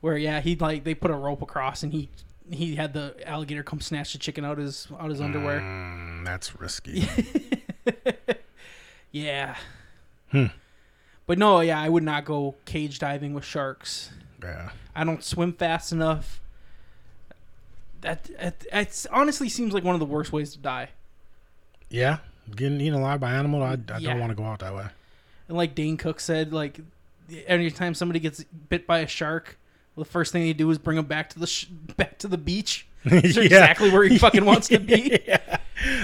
Speaker 6: where yeah, he like they put a rope across and he he had the alligator come snatch the chicken out his out his underwear.
Speaker 7: Mm, that's risky.
Speaker 6: Yeah.
Speaker 7: Hmm.
Speaker 6: But no, yeah, I would not go cage diving with sharks.
Speaker 7: Yeah.
Speaker 6: I don't swim fast enough. That it it's honestly seems like one of the worst ways to die.
Speaker 7: Yeah. Getting eaten alive by animal, I, I
Speaker 6: Yeah.
Speaker 7: don't want to go out that way.
Speaker 6: And like Dane Cook said, like every time somebody gets bit by a shark, the first thing they do is bring him back to the sh- back to the beach. It's
Speaker 7: Yeah.
Speaker 6: exactly where he fucking wants to be.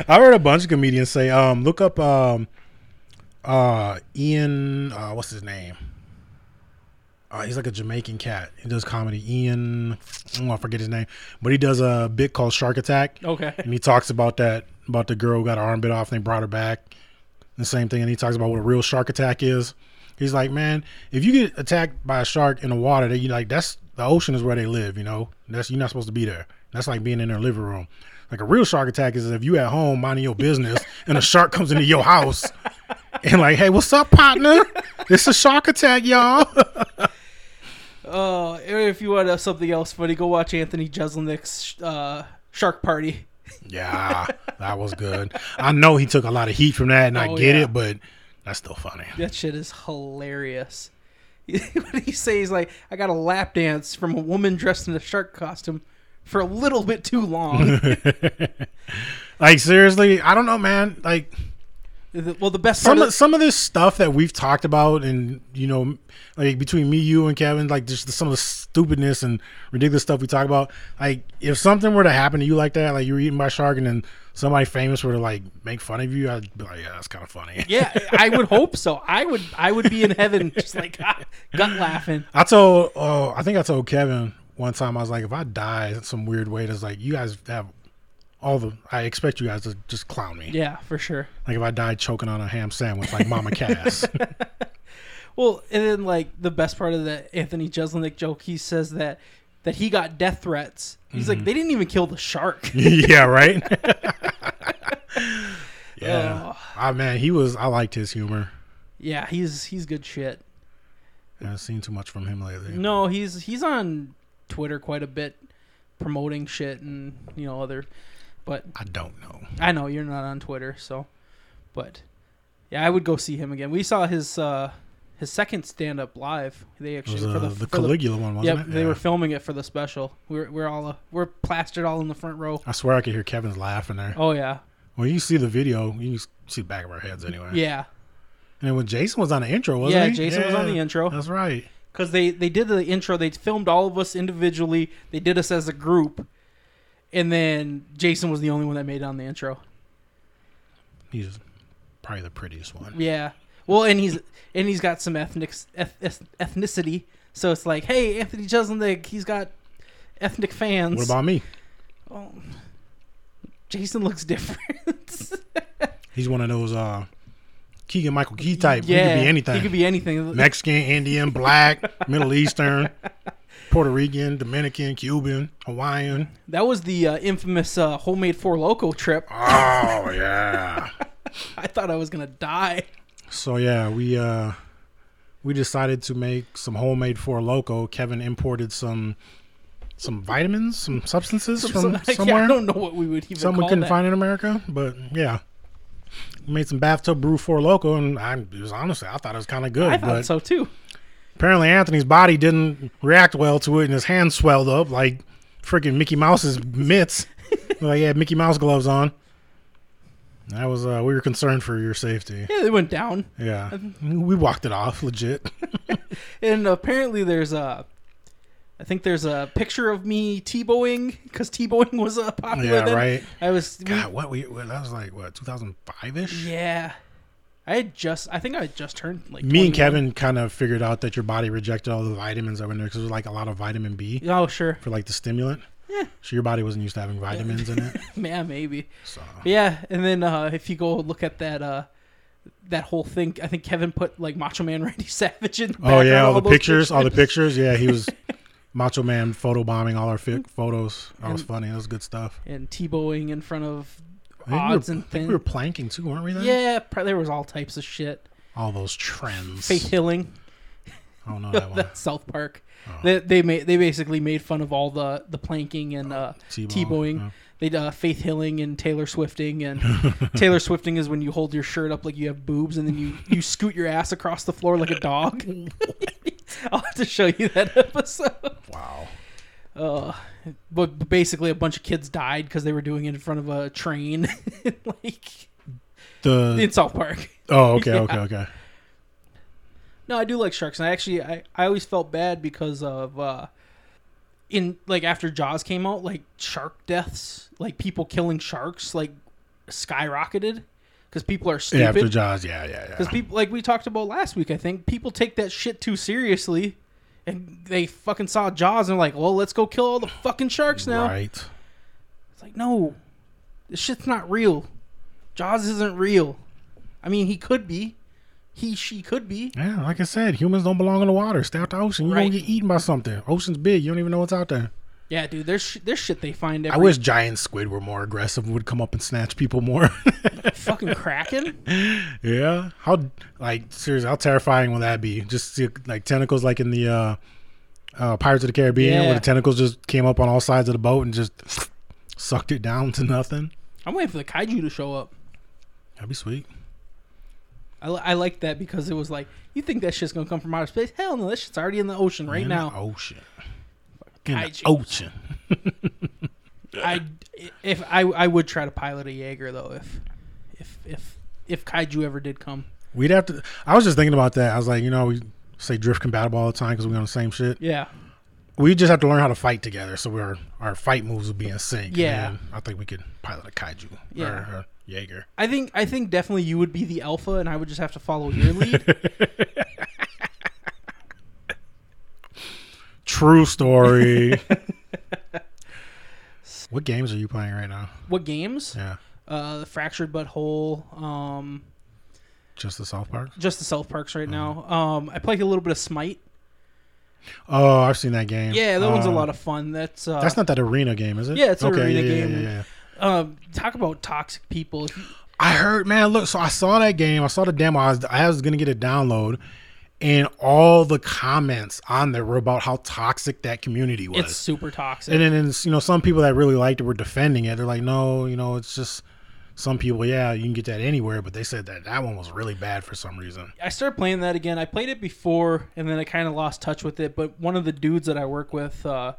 Speaker 7: I heard a bunch of comedians say, um, look up um, uh, Ian, uh, what's his name? Uh, he's like a Jamaican cat. He does comedy. Ian, oh, I forget his name, but he does a bit called Shark Attack.
Speaker 6: Okay.
Speaker 7: and he talks about that about the girl who got her arm bit off and they brought her back. The same thing, and he talks about what a real shark attack is. He's like, man, if you get attacked by a shark in the water, that you like, that's the ocean is where they live. You know, that's you're not supposed to be there. That's like being in their living room. Like a real shark attack is if you at home minding your business and a shark comes into your house and like, hey, what's up, partner? It's a shark attack, y'all.
Speaker 6: Uh, if you want uh, something else funny, go watch Anthony Jeselnik's uh, Shark Party.
Speaker 7: yeah, that was good. I know he took a lot of heat from that, and I
Speaker 6: Oh,
Speaker 7: get
Speaker 6: yeah.
Speaker 7: it, but that's still funny.
Speaker 6: That shit is hilarious. what did he say? He's like, I got a lap dance from a woman dressed in a shark costume for a little bit too long.
Speaker 7: Like seriously, I don't know, man. Like
Speaker 6: The- well, the best part
Speaker 7: some of,
Speaker 6: of,
Speaker 7: some of this stuff that we've talked about, and you know, like between me, you, and Kevin, like just some of the stupidness and ridiculous stuff we talk about. Like if something were to happen to you like that, like you were eaten by a shark, and then somebody famous were to like make fun of you, I'd be like, yeah, that's kind of funny.
Speaker 6: yeah, I would hope so. I would, I would be in heaven, just like ah, gut laughing.
Speaker 7: I told, oh, I think I told Kevin one time. I was like, if I die in some weird way, that's like you guys have all the. I expect you guys to just clown me.
Speaker 6: Yeah, for sure.
Speaker 7: Like if I died choking on a ham sandwich, like Mama Cass.
Speaker 6: Well, and then like the best part of the Anthony Jeselnik joke, he says that that he got death threats. He's like, they didn't even kill the shark.
Speaker 7: Mm-hmm. yeah, right. yeah,
Speaker 6: Oh.
Speaker 7: ah man, he was. I liked his humor.
Speaker 6: yeah, he's he's good shit.
Speaker 7: I've seen too much from him lately.
Speaker 6: No, he's he's on Twitter quite a bit, promoting shit and you know other. But
Speaker 7: I don't know.
Speaker 6: I know you're not on Twitter, so. But yeah, I would go see him again. We saw his uh his second stand up live. They
Speaker 7: It
Speaker 6: actually
Speaker 7: was
Speaker 6: for
Speaker 7: uh,
Speaker 6: the,
Speaker 7: the
Speaker 6: for the-
Speaker 7: Caligula one, wasn't
Speaker 6: Yep,
Speaker 7: it?
Speaker 6: they
Speaker 7: Yeah.
Speaker 6: were filming it for the special. We're we're all uh, we're plastered all in the front row.
Speaker 7: I swear I could hear Kevin's laughing there.
Speaker 6: Oh yeah,
Speaker 7: Well, you see the video, you can see the back of our heads anyway.
Speaker 6: yeah.
Speaker 7: And then when Jason was on the intro, wasn't
Speaker 6: Yeah,
Speaker 7: he?
Speaker 6: Jason was on the intro.
Speaker 7: That's right.
Speaker 6: because they they did the intro. They filmed all of us individually. They did us as a group, and then Jason was the only one that made it on the intro.
Speaker 7: He's probably the prettiest one.
Speaker 6: Yeah. Well, and he's and he's got some ethnic eth, eth- ethnicity. So it's like, hey, Anthony Jeselnik, he's got ethnic fans.
Speaker 7: What about me?
Speaker 6: Oh, Jason looks different.
Speaker 7: He's one of those uh, Keegan Michael Key type.
Speaker 6: yeah,
Speaker 7: he could be anything.
Speaker 6: He could be anything.
Speaker 7: Mexican, Indian, black, Middle Eastern, Puerto Rican, Dominican, Cuban, Hawaiian.
Speaker 6: that was the uh, infamous uh, homemade four loco trip.
Speaker 7: Oh yeah.
Speaker 6: I thought I was gonna die.
Speaker 7: so yeah, we uh we decided to make some homemade four loco. Kevin imported some some vitamins, some substances from
Speaker 6: Like, yeah,
Speaker 7: somewhere.
Speaker 6: I don't know what we would even.
Speaker 7: some we
Speaker 6: call
Speaker 7: couldn't
Speaker 6: that.
Speaker 7: find in America, but yeah. We Made some bathtub brew four loco, and I it was honestly I thought it was kind of good,
Speaker 6: I
Speaker 7: but
Speaker 6: thought so too.
Speaker 7: apparently Anthony's body didn't react well to it, and his hand swelled up like freaking Mickey Mouse's mitts. like he had Mickey Mouse gloves on. That was uh, we were concerned for your safety.
Speaker 6: Yeah, they went down.
Speaker 7: Yeah,
Speaker 6: Um,
Speaker 7: we walked it off legit.
Speaker 6: And apparently, there's a. I think there's a picture of me T-bowing because T-bowing was uh, popular.
Speaker 7: Yeah,
Speaker 6: then.
Speaker 7: right.
Speaker 6: I was. we-
Speaker 7: God, what we what, that was like what 2005 ish.
Speaker 6: yeah, I had just. I think I had just turned like.
Speaker 7: Me and
Speaker 6: 21.
Speaker 7: Kevin kind of figured out that your body rejected all the vitamins that were in there because there was like a lot of vitamin B
Speaker 6: Oh sure,
Speaker 7: for like the stimulant.
Speaker 6: Yeah.
Speaker 7: So your body wasn't used to having vitamins in it.
Speaker 6: man, maybe.
Speaker 7: So
Speaker 6: But yeah, and then uh, if you go look at that uh, that whole thing, I think Kevin put like Macho Man Randy Savage in. The
Speaker 7: oh
Speaker 6: background,
Speaker 7: yeah, all the
Speaker 6: those
Speaker 7: pictures, all the pictures. Yeah, he was Macho Man photo bombing all our
Speaker 6: Mm-hmm.
Speaker 7: fi- photos. That was funny. That was good stuff.
Speaker 6: and T-bowing in front of
Speaker 7: I think we were-
Speaker 6: odds
Speaker 7: I
Speaker 6: and
Speaker 7: think
Speaker 6: things.
Speaker 7: we were planking too, weren't we? Then?
Speaker 6: yeah, pr- there was all types of shit.
Speaker 7: All those trends.
Speaker 6: Faith Hilling,
Speaker 7: I don't know that one.
Speaker 6: that's South Park. They, they made they basically made fun of all the the planking and uh,
Speaker 7: T-bow,
Speaker 6: T-bowing.
Speaker 7: yeah.
Speaker 6: They uh, Faith Hilling and Taylor Swifting and Taylor Swifting is when you hold your shirt up like you have boobs and then you you scoot your ass across the floor like a dog. I'll have to show you that episode.
Speaker 7: Wow.
Speaker 6: Uh, but basically, a bunch of kids died because they were doing it in front of a train, like
Speaker 7: The
Speaker 6: in South Park.
Speaker 7: oh okay
Speaker 6: Yeah.
Speaker 7: okay okay.
Speaker 6: No, I do like sharks, and I actually I, I always felt bad because of uh, in like after Jaws came out, like shark deaths, like people killing sharks, like skyrocketed because people are
Speaker 7: Yeah, after
Speaker 6: stupid.
Speaker 7: Jaws, yeah yeah yeah.
Speaker 6: Because people like we talked about last week, I think people take that shit too seriously, and they fucking saw Jaws and they're like, well, let's go kill all the fucking sharks now.
Speaker 7: Right.
Speaker 6: It's like no, this shit's not real. Jaws isn't real. I mean, he could be, he she could be.
Speaker 7: Yeah, like I said, humans don't belong in the water. Stay out the ocean. You're
Speaker 6: Right.
Speaker 7: gonna get eaten by something. Ocean's big. You don't even know what's out there.
Speaker 6: Yeah, dude, there's sh- there's shit they find
Speaker 7: I
Speaker 6: every
Speaker 7: wish giant squid were more aggressive. and Would come up and snatch people more.
Speaker 6: fucking kraken.
Speaker 7: yeah. How like seriously? How terrifying will that be? Just see, like tentacles, like in the uh, uh, Pirates of the Caribbean, where
Speaker 6: Yeah.
Speaker 7: the tentacles just came up on all sides of the boat and just sucked it down to nothing.
Speaker 6: I'm waiting for the kaiju to show up.
Speaker 7: That'd be sweet.
Speaker 6: I, li- I like that because it was like, you think that shit's gonna come from outer space? Hell no, that shit's already in the ocean right
Speaker 7: in the
Speaker 6: now.
Speaker 7: ocean. oh, In the
Speaker 6: Kaiju.
Speaker 7: ocean.
Speaker 6: I if I I would try to pilot a Jaeger though if if if if kaiju ever did come.
Speaker 7: We'd have to. I was just thinking about that. I was like, you know, we say drift compatible all the time because we're on the same shit.
Speaker 6: Yeah,
Speaker 7: We just have to learn how to fight together, so our our fight moves will be in sync.
Speaker 6: Yeah.
Speaker 7: and I think we could pilot a kaiju
Speaker 6: Yeah.
Speaker 7: or a Jaeger.
Speaker 6: I think I think definitely you would be the alpha and I would just have to follow your lead.
Speaker 7: True story. what games are you playing right now?
Speaker 6: what games?
Speaker 7: Yeah,
Speaker 6: Uh, the fractured butthole. Um,
Speaker 7: just the South Park.
Speaker 6: just the South Parks right
Speaker 7: Mm-hmm.
Speaker 6: now. Um, I played a little bit of Smite.
Speaker 7: Oh, I've seen that game.
Speaker 6: Yeah, that one's a
Speaker 7: Uh,
Speaker 6: lot of fun. That's uh,
Speaker 7: That's not that arena game, is it?
Speaker 6: Yeah, it's an arena game.
Speaker 7: yeah.
Speaker 6: um, talk about toxic people. If you-
Speaker 7: I heard, man. Look, so I saw that game. I saw the demo. I was, I was gonna get a download, and all the comments on there were about how toxic that community was.
Speaker 6: It's super toxic.
Speaker 7: and then and, you know some people that really liked it were defending it. They're like, no, you know, it's just some people. Yeah, you can get that anywhere, but they said that that one was really bad for some reason.
Speaker 6: I started playing that again. I played it before, and then I kind of lost touch with it. But one of the dudes that I work with, uh,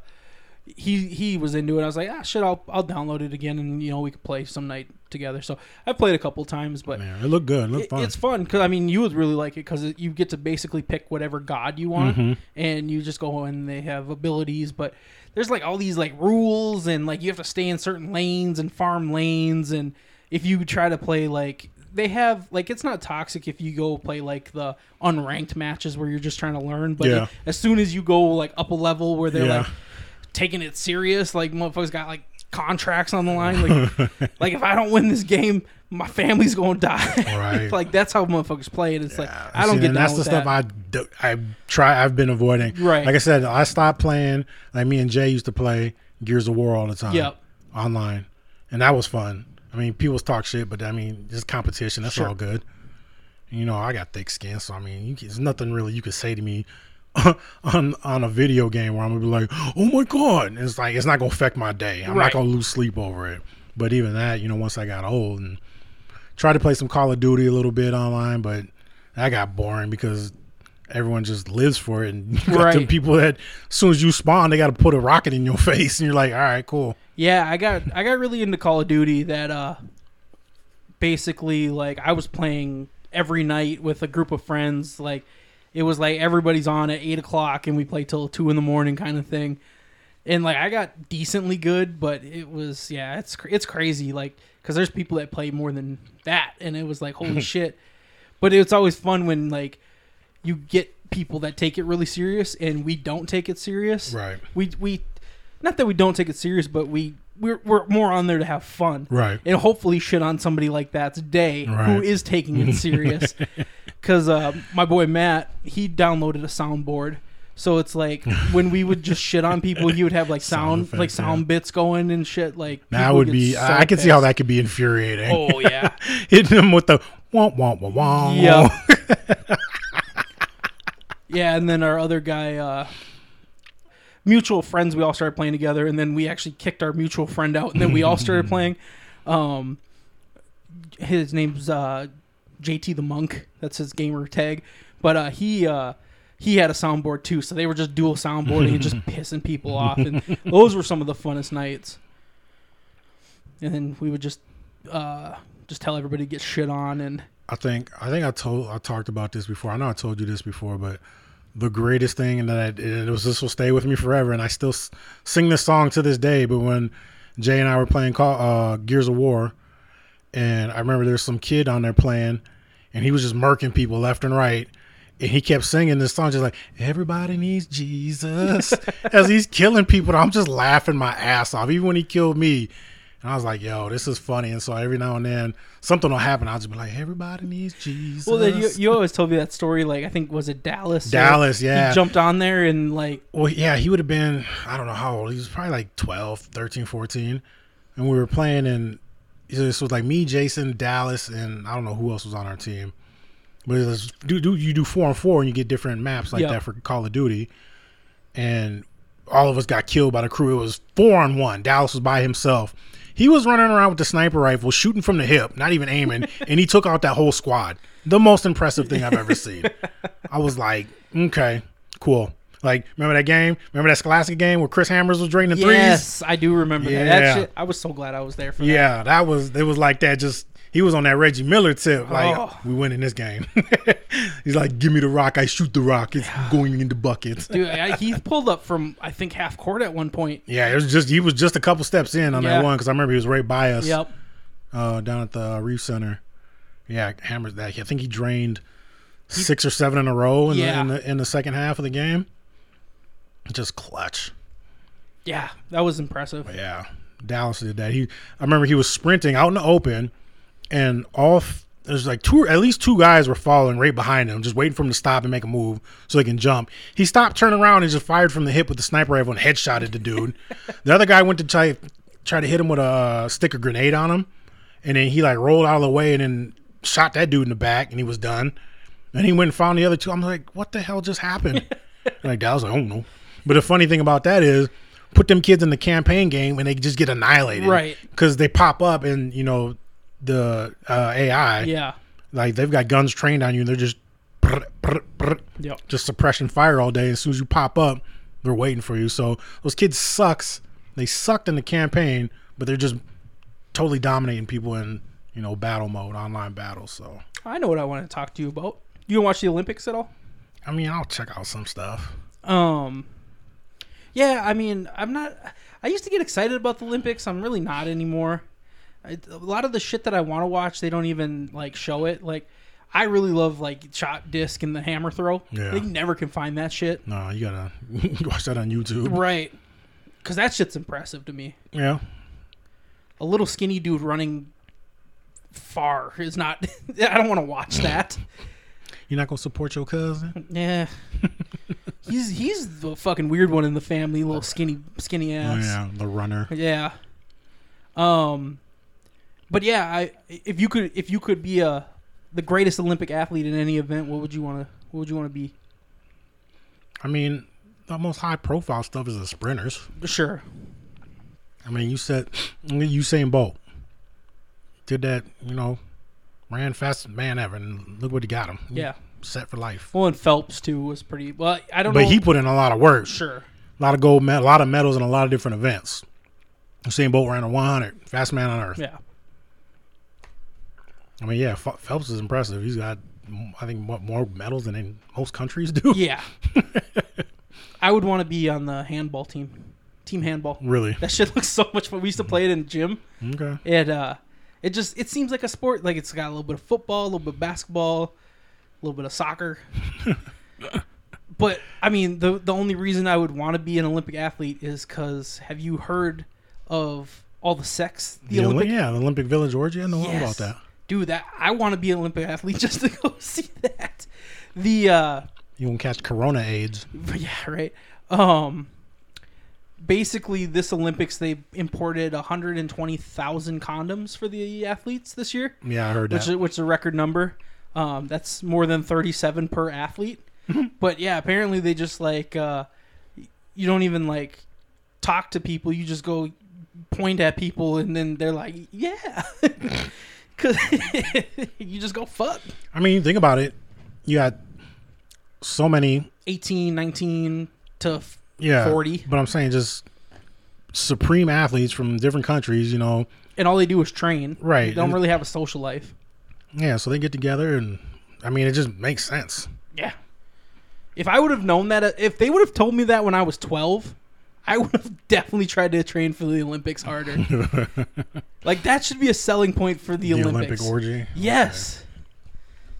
Speaker 6: he he was into it. I was like, ah, shit, I'll I'll download it again, and you know we could play some night together. So I played a couple times, but
Speaker 7: Man, it looked good. It looked
Speaker 6: it-
Speaker 7: fun.
Speaker 6: it's fun because I mean you would really like it because you get to basically pick whatever god you want,
Speaker 7: Mm-hmm.
Speaker 6: and you just go and they have abilities. But there's like all these like rules and like you have to stay in certain lanes and farm lanes, and if you try to play like they have like it's not toxic if you go play like the unranked matches where you're just trying to learn. But
Speaker 7: Yeah.
Speaker 6: as soon as you go like up a level where they're
Speaker 7: Yeah.
Speaker 6: like taking it serious, like motherfuckers got like contracts on the line like like if i don't win this game my family's gonna die
Speaker 7: Right.
Speaker 6: like that's how motherfuckers play it. It's like I
Speaker 7: See,
Speaker 6: don't get
Speaker 7: and
Speaker 6: down
Speaker 7: that's
Speaker 6: with
Speaker 7: the
Speaker 6: that.
Speaker 7: stuff I do, I try. I've been avoiding.
Speaker 6: Right.
Speaker 7: Like I said, I stopped playing. Like me and Jay used to play Gears of War all the time.
Speaker 6: Yep.
Speaker 7: Online, and that was fun. I mean, people talk shit, but I mean, it's competition. That's all good. You know, I got thick skin, so I mean, you can, there's nothing really you can say to me on on a video game where I'm gonna be like, "Oh my god!" And it's like it's not gonna affect my day. I'm
Speaker 6: Right.
Speaker 7: not gonna lose sleep over it. But even that, you know, once I got old and tried to play some Call of Duty a little bit online, but that got boring because everyone just lives for it. And you got them
Speaker 6: Right.
Speaker 7: people that as soon as you spawn, they got to put a rocket in your face, and you're like, all right, cool.
Speaker 6: yeah, I got I got really into Call of Duty that uh basically like I was playing every night with a group of friends. Like it was like everybody's on at eight o'clock and we play till two in the morning kind of thing. And like I got decently good, but it was yeah, it's cra- it's crazy. Like because there's people that play more than that, and it was like holy shit. But it's always fun when like you get people that take it really serious and we don't take it serious.
Speaker 7: Right.
Speaker 6: We we not that we don't take it serious, but we we're, we're more on there to have fun.
Speaker 7: Right.
Speaker 6: And hopefully shit on somebody like that's day who
Speaker 7: Right.
Speaker 6: is taking it serious. Cuz uh, my boy Matt, he downloaded a soundboard. So it's like when we would just shit on people, he would have like
Speaker 7: Sound
Speaker 6: sound, like
Speaker 7: effects,
Speaker 6: sound bits going and shit like
Speaker 7: That
Speaker 6: people
Speaker 7: would
Speaker 6: get
Speaker 7: be.
Speaker 6: so
Speaker 7: I can see how
Speaker 6: pissed.
Speaker 7: that could be infuriating.
Speaker 6: Oh yeah.
Speaker 7: Hitting them with the womp womp womp womp.
Speaker 6: Yeah. yeah, and then our other guy, uh, mutual friends, we all started playing together, and then we actually kicked our mutual friend out, and then we all started playing. Um, his name's uh, JT the Monk. That's his gamer tag. But uh, he uh, he had a soundboard too, so they were just dual soundboarding and just pissing people off, and those were some of the funnest nights. And then we would just uh, just tell everybody to get shit on and.
Speaker 7: I think I think I told I talked about this before. I know I told you this before, but the greatest thing and that I, it was this will stay with me forever, and I still s- sing this song to this day. But when Jay and I were playing call, uh, Gears of War, and I remember there's some kid on there playing, and he was just murking people left and right. And he kept singing this song, just like everybody needs Jesus, as he's killing people. I'm just laughing my ass off, even when he killed me. And I was like, "Yo, this is funny." And so every now and then, something will happen. I'll just be like, "Everybody needs Jesus."
Speaker 6: Well, then you, you always told me that story. Like I think was it Dallas? or-
Speaker 7: Dallas, yeah.
Speaker 6: He jumped on there and like
Speaker 7: Well, yeah, he would have been, I don't know how old. He was probably like 12, 13, 14. And we were playing, and this was like me, Jason, Dallas, and I don't know who else was on our team. But it was, do, do, you do four and four, and you get different maps like
Speaker 6: Yeah.
Speaker 7: that for Call of Duty. And all of us got killed by the crew. It was four on one. Dallas was by himself. He was running around with the sniper rifle, shooting from the hip, not even aiming, and he took out that whole squad. The most impressive thing I've ever seen. I was like, okay, cool. Like, remember that game? Remember that Scholastic game where Chris Hammers was draining the threes?
Speaker 6: yes, I do remember that.
Speaker 7: Yeah.
Speaker 6: that shit, I was so glad I was there for that.
Speaker 7: Yeah, that was it was like that just he was on that Reggie Miller tip. Like
Speaker 6: Oh.
Speaker 7: we winning this game. He's like, Give me the rock, I shoot the rock, it's going in the bucket.
Speaker 6: Dude, I, he pulled up from I think half court at one point.
Speaker 7: Yeah, it was just he was just a couple steps in on
Speaker 6: Yeah.
Speaker 7: that one because I remember he was right by us
Speaker 6: Yep.
Speaker 7: uh, down at the Reef Center. Yeah, hammers that. I think he drained six or seven in a row in,
Speaker 6: Yeah.
Speaker 7: the, in the in the second half of the game. Just clutch.
Speaker 6: Yeah, that was impressive.
Speaker 7: Yeah, Dallas did that. He, I remember he was sprinting out in the open, and all f- there's like two, at least two guys were following right behind him, just waiting for him to stop and make a move so they can jump. He stopped, turned around, and just fired from the hip with the sniper rifle and headshotted the dude. the other guy went to try try to hit him with a uh, stick of grenade on him, and then he like rolled out of the way and then shot that dude in the back, and he was done. And he went and found the other two. I'm like, what the hell just happened? like that was like, I don't know. But the funny thing about that is, put them kids in the campaign game and they just get annihilated,
Speaker 6: Right.
Speaker 7: Because they pop up and you know the uh, AI,
Speaker 6: Yeah.
Speaker 7: like they've got guns trained on you and they're just brr, brr, brr,
Speaker 6: Yep.
Speaker 7: just suppression fire all day. As soon as you pop up, they're waiting for you. So those kids sucks. They sucked in the campaign, but they're just totally dominating people in you know battle mode, online battles. So
Speaker 6: I know what I want to talk to you about. You gonna watch the Olympics at all?
Speaker 7: I mean, I'll check out some stuff.
Speaker 6: Um, yeah, I mean, I'm not. I used to get excited about the Olympics. I'm really not anymore. I, a lot of the shit that I want to watch, they don't even like show it. Like, I really love like shot disc and the hammer throw.
Speaker 7: Yeah.
Speaker 6: They never can find that shit.
Speaker 7: No, you gotta you watch that on YouTube.
Speaker 6: Right. Because that shit's impressive to me.
Speaker 7: Yeah.
Speaker 6: A little skinny dude running far is not. I don't want to watch that.
Speaker 7: You're not gonna support your cousin?
Speaker 6: yeah. He's he's the fucking weird one in the family. Little skinny skinny ass.
Speaker 7: Oh, Yeah, the runner.
Speaker 6: Yeah. Um but yeah, I if you could if you could be a the greatest Olympic athlete in any event, what would you want to what would you want to be?
Speaker 7: I mean, the most high profile stuff is the sprinters.
Speaker 6: Sure.
Speaker 7: I mean, you said Usain Bolt did that, you know, ran fastest man ever, and look what he got him. He
Speaker 6: Yeah.
Speaker 7: set for life.
Speaker 6: Well, and Phelps too was pretty. Well, I don't
Speaker 7: But
Speaker 6: know.
Speaker 7: he put in a lot of work.
Speaker 6: sure.
Speaker 7: A lot of gold, med- a lot of medals, and a lot of different events. Usain Bolt ran a 100, fast man on earth.
Speaker 6: Yeah.
Speaker 7: I mean, yeah, Ph- Phelps is impressive. He's got, mm, I think, mo- more medals than in most countries do.
Speaker 6: Yeah. I would want to be on the handball team. Team handball.
Speaker 7: Really?
Speaker 6: That shit looks so much fun. We used to play it in gym.
Speaker 7: Okay.
Speaker 6: It uh it just it seems like a sport. Like it's got a little bit of football, a little bit of basketball, a little bit of soccer. but I mean, the the only reason I would want to be an Olympic athlete is cuz have you heard of all the sex the,
Speaker 7: The Olymp-
Speaker 6: Olympic
Speaker 7: yeah, the Olympic Village orgy. I know all about
Speaker 6: Yes.
Speaker 7: that.
Speaker 6: Dude, that I want to be an Olympic athlete just to go see that. The uh
Speaker 7: You won't catch Corona AIDS.
Speaker 6: but yeah, right. Um, basically, this Olympics they imported 120,000 condoms for the athletes this year,
Speaker 7: Yeah, I heard
Speaker 6: which
Speaker 7: that.
Speaker 6: is, which is a record number. Um, that's more than 37 per athlete.
Speaker 7: Mm-hmm.
Speaker 6: but yeah, apparently they just like uh, you don't even like talk to people. You just go point at people, and then they're like, yeah. Cause you just go fuck
Speaker 7: I mean, you think about it. You got so many
Speaker 6: 18 19 to f-
Speaker 7: yeah
Speaker 6: 40
Speaker 7: but i'm saying just supreme athletes from different countries you know
Speaker 6: and all they do is train.
Speaker 7: Right.
Speaker 6: They don't really have a social life.
Speaker 7: yeah so they get together and i mean it just makes sense
Speaker 6: Yeah. If I would have known that, uh, if they would have told me that when I was 12, I would have definitely tried to train for the Olympics harder. like, that should be a selling point for
Speaker 7: the
Speaker 6: the,
Speaker 7: olympic
Speaker 6: Olympics.
Speaker 7: orgy
Speaker 6: Yes.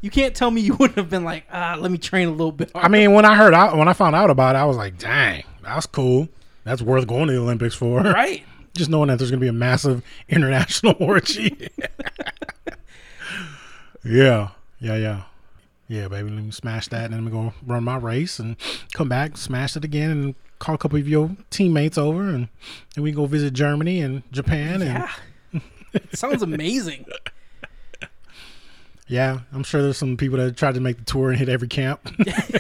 Speaker 6: You can't tell me you wouldn't have been like, ah, let me train a little bit harder.
Speaker 7: i mean when i heard out when i found out about it i was like dang that's cool that's worth going to the olympics for
Speaker 6: right?
Speaker 7: just knowing that there's going to be a massive international orgy yeah yeah yeah yeah baby let me smash that and then i'm going to run my race and come back smash it again and call a couple of your teammates over and then we go visit germany and japan and
Speaker 6: Yeah. it sounds amazing.
Speaker 7: yeah i'm sure there's some people that tried to make the tour and hit every camp